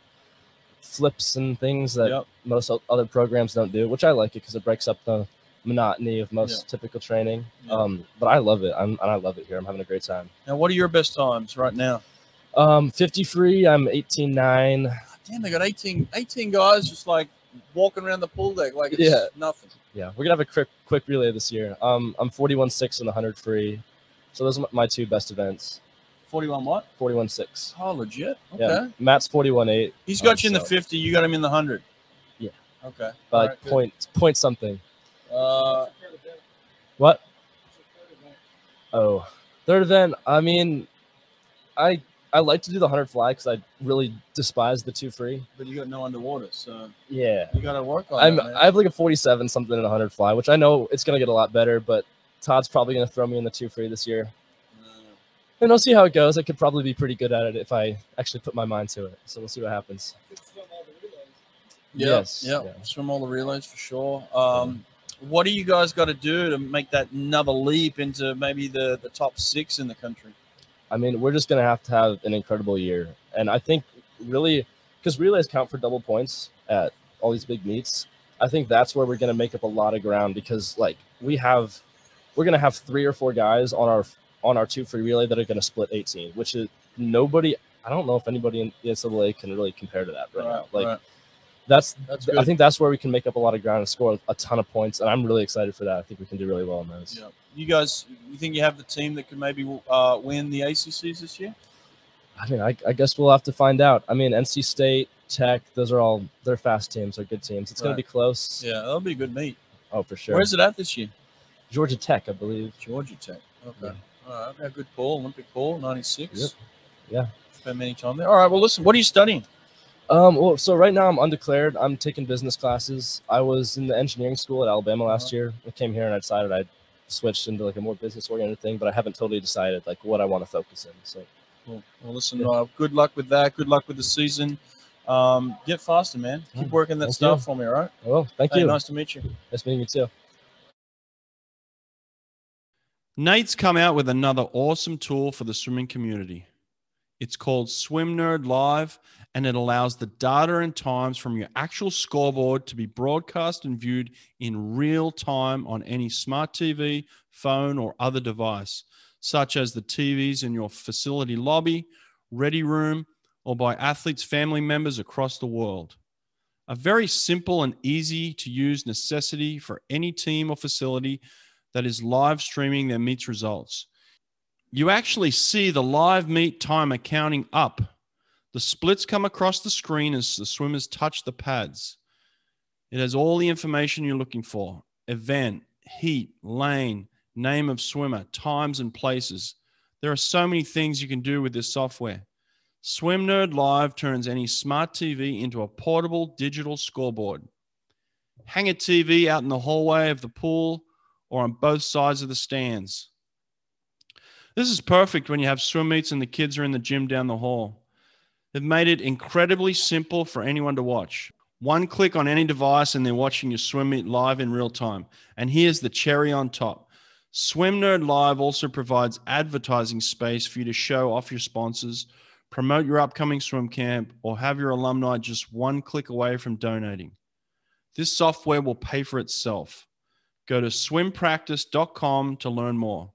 [SPEAKER 11] flips and things that
[SPEAKER 1] Yep.
[SPEAKER 11] most o- other programs don't do, which I like it because it breaks up the monotony of most typical training.
[SPEAKER 1] Yeah.
[SPEAKER 11] Um, but I love it. I'm and I love it here. I'm having a great time.
[SPEAKER 1] Now, what are your best times right now?
[SPEAKER 11] Um, 50 free. I'm 18 9.
[SPEAKER 1] damn, they got 18, 18 guys just like walking around the pool deck like it's
[SPEAKER 11] Yeah.
[SPEAKER 1] nothing.
[SPEAKER 11] Yeah, we're gonna have a quick quick relay this year. Um, I'm 41 six and 100 free, so those are my two best events.
[SPEAKER 1] 41 what?
[SPEAKER 11] 41 six.
[SPEAKER 1] Oh, legit. Okay.
[SPEAKER 11] Yeah, Matt's 41 eight
[SPEAKER 1] He's got
[SPEAKER 11] Oh,
[SPEAKER 1] you in the
[SPEAKER 11] so-
[SPEAKER 1] 50. You got him in the 100.
[SPEAKER 11] Yeah.
[SPEAKER 1] Okay.
[SPEAKER 11] by
[SPEAKER 1] All
[SPEAKER 11] like
[SPEAKER 1] right, good.
[SPEAKER 11] point point something.
[SPEAKER 1] Uh,
[SPEAKER 11] What? Oh, third event. I mean, I I like to do the 100 fly because I really despise the two free.
[SPEAKER 1] but you got no underwater, so
[SPEAKER 11] Yeah,
[SPEAKER 1] you got to work on
[SPEAKER 11] I'm
[SPEAKER 1] that, man.
[SPEAKER 11] I have like a 47 something and 100 fly, which I know it's gonna get a lot better, but Todd's probably gonna throw me in the two free this year.
[SPEAKER 1] Uh,
[SPEAKER 11] And I'll see how it goes. I could probably be pretty good at it if I actually put my mind to it. So we'll see what happens.
[SPEAKER 1] Yeah,
[SPEAKER 11] Yes,
[SPEAKER 1] yeah,
[SPEAKER 11] yeah.
[SPEAKER 1] Swim all the relays for sure. Um, what do you guys got to do to make that another leap into maybe the, the top six in the country?
[SPEAKER 11] I mean, we're just gonna have to have an incredible year, and I think really because relays count for double points at all these big meets. I think that's where we're gonna make up a lot of ground because like we have, we're gonna have three or four guys on our on our two free relay that are gonna split 18, which is nobody. I don't know if anybody in the NCAA can really compare to that right, now. Like
[SPEAKER 1] right.
[SPEAKER 11] that's
[SPEAKER 1] That's
[SPEAKER 11] I think that's where we can make up a lot of ground and score a ton of points, and I'm really excited for that. I think we can do really well in those.
[SPEAKER 1] Yeah. You guys, you think you have the team that could maybe uh, win the ACCs this year?
[SPEAKER 11] I mean, I, I guess we'll have to find out. I mean, NC State, Tech. Those are all they're fast teams. They're good teams. It's going
[SPEAKER 12] Right.
[SPEAKER 11] to be close.
[SPEAKER 12] Yeah, that'll be a good meet.
[SPEAKER 11] Oh, for sure.
[SPEAKER 12] Where's it at this year?
[SPEAKER 11] Georgia Tech, I believe.
[SPEAKER 12] Georgia Tech. Okay. All right. A good call. Olympic call, 96.
[SPEAKER 11] Yep. Yeah.
[SPEAKER 12] Spent many time there. All right. Well, listen, what are you studying?
[SPEAKER 11] Um, well, so right now I'm undeclared. I'm taking business classes. I was in the engineering school at Alabama last
[SPEAKER 12] Uh-huh.
[SPEAKER 11] year. I came here and I decided I switched into like a more business oriented thing, but I haven't totally decided like what I want to focus in. So
[SPEAKER 12] Cool. Well, listen, uh, good luck with that. Good luck with the season. Um, get faster, man. Keep working that
[SPEAKER 11] thank
[SPEAKER 12] stuff
[SPEAKER 11] you.
[SPEAKER 12] for me, all right?
[SPEAKER 11] well, thank
[SPEAKER 12] Hey,
[SPEAKER 11] you.
[SPEAKER 12] Nice to meet you.
[SPEAKER 11] Nice meeting you too.
[SPEAKER 1] Nate's come out with another awesome tool for the swimming community. It's called Swim Nerd Live, and it allows the data and times from your actual scoreboard to be broadcast and viewed in real time on any smart TV, phone, or other device, such as the TVs in your facility lobby, ready room, or by athletes' family members across the world. A very simple and easy to use necessity for any team or facility that is live streaming their meets results. You actually see the live meet timer counting up. The splits come across the screen as the swimmers touch the pads. It has all the information you're looking for event, heat, lane, name of swimmer, times and places. There are so many things you can do with this software. Swim Nerd Live turns any smart TV into a portable digital scoreboard. Hang a TV out in the hallway of the pool or on both sides of the stands. This is perfect when you have swim meets and the kids are in the gym down the hall. They've made it incredibly simple for anyone to watch. One click on any device and they're watching your swim meet live in real time. And here's the cherry on top. Swim Nerd Live also provides advertising space for you to show off your sponsors, promote your upcoming swim camp, or have your alumni just one click away from donating. This software will pay for itself. Go to swimpractice.com to learn more.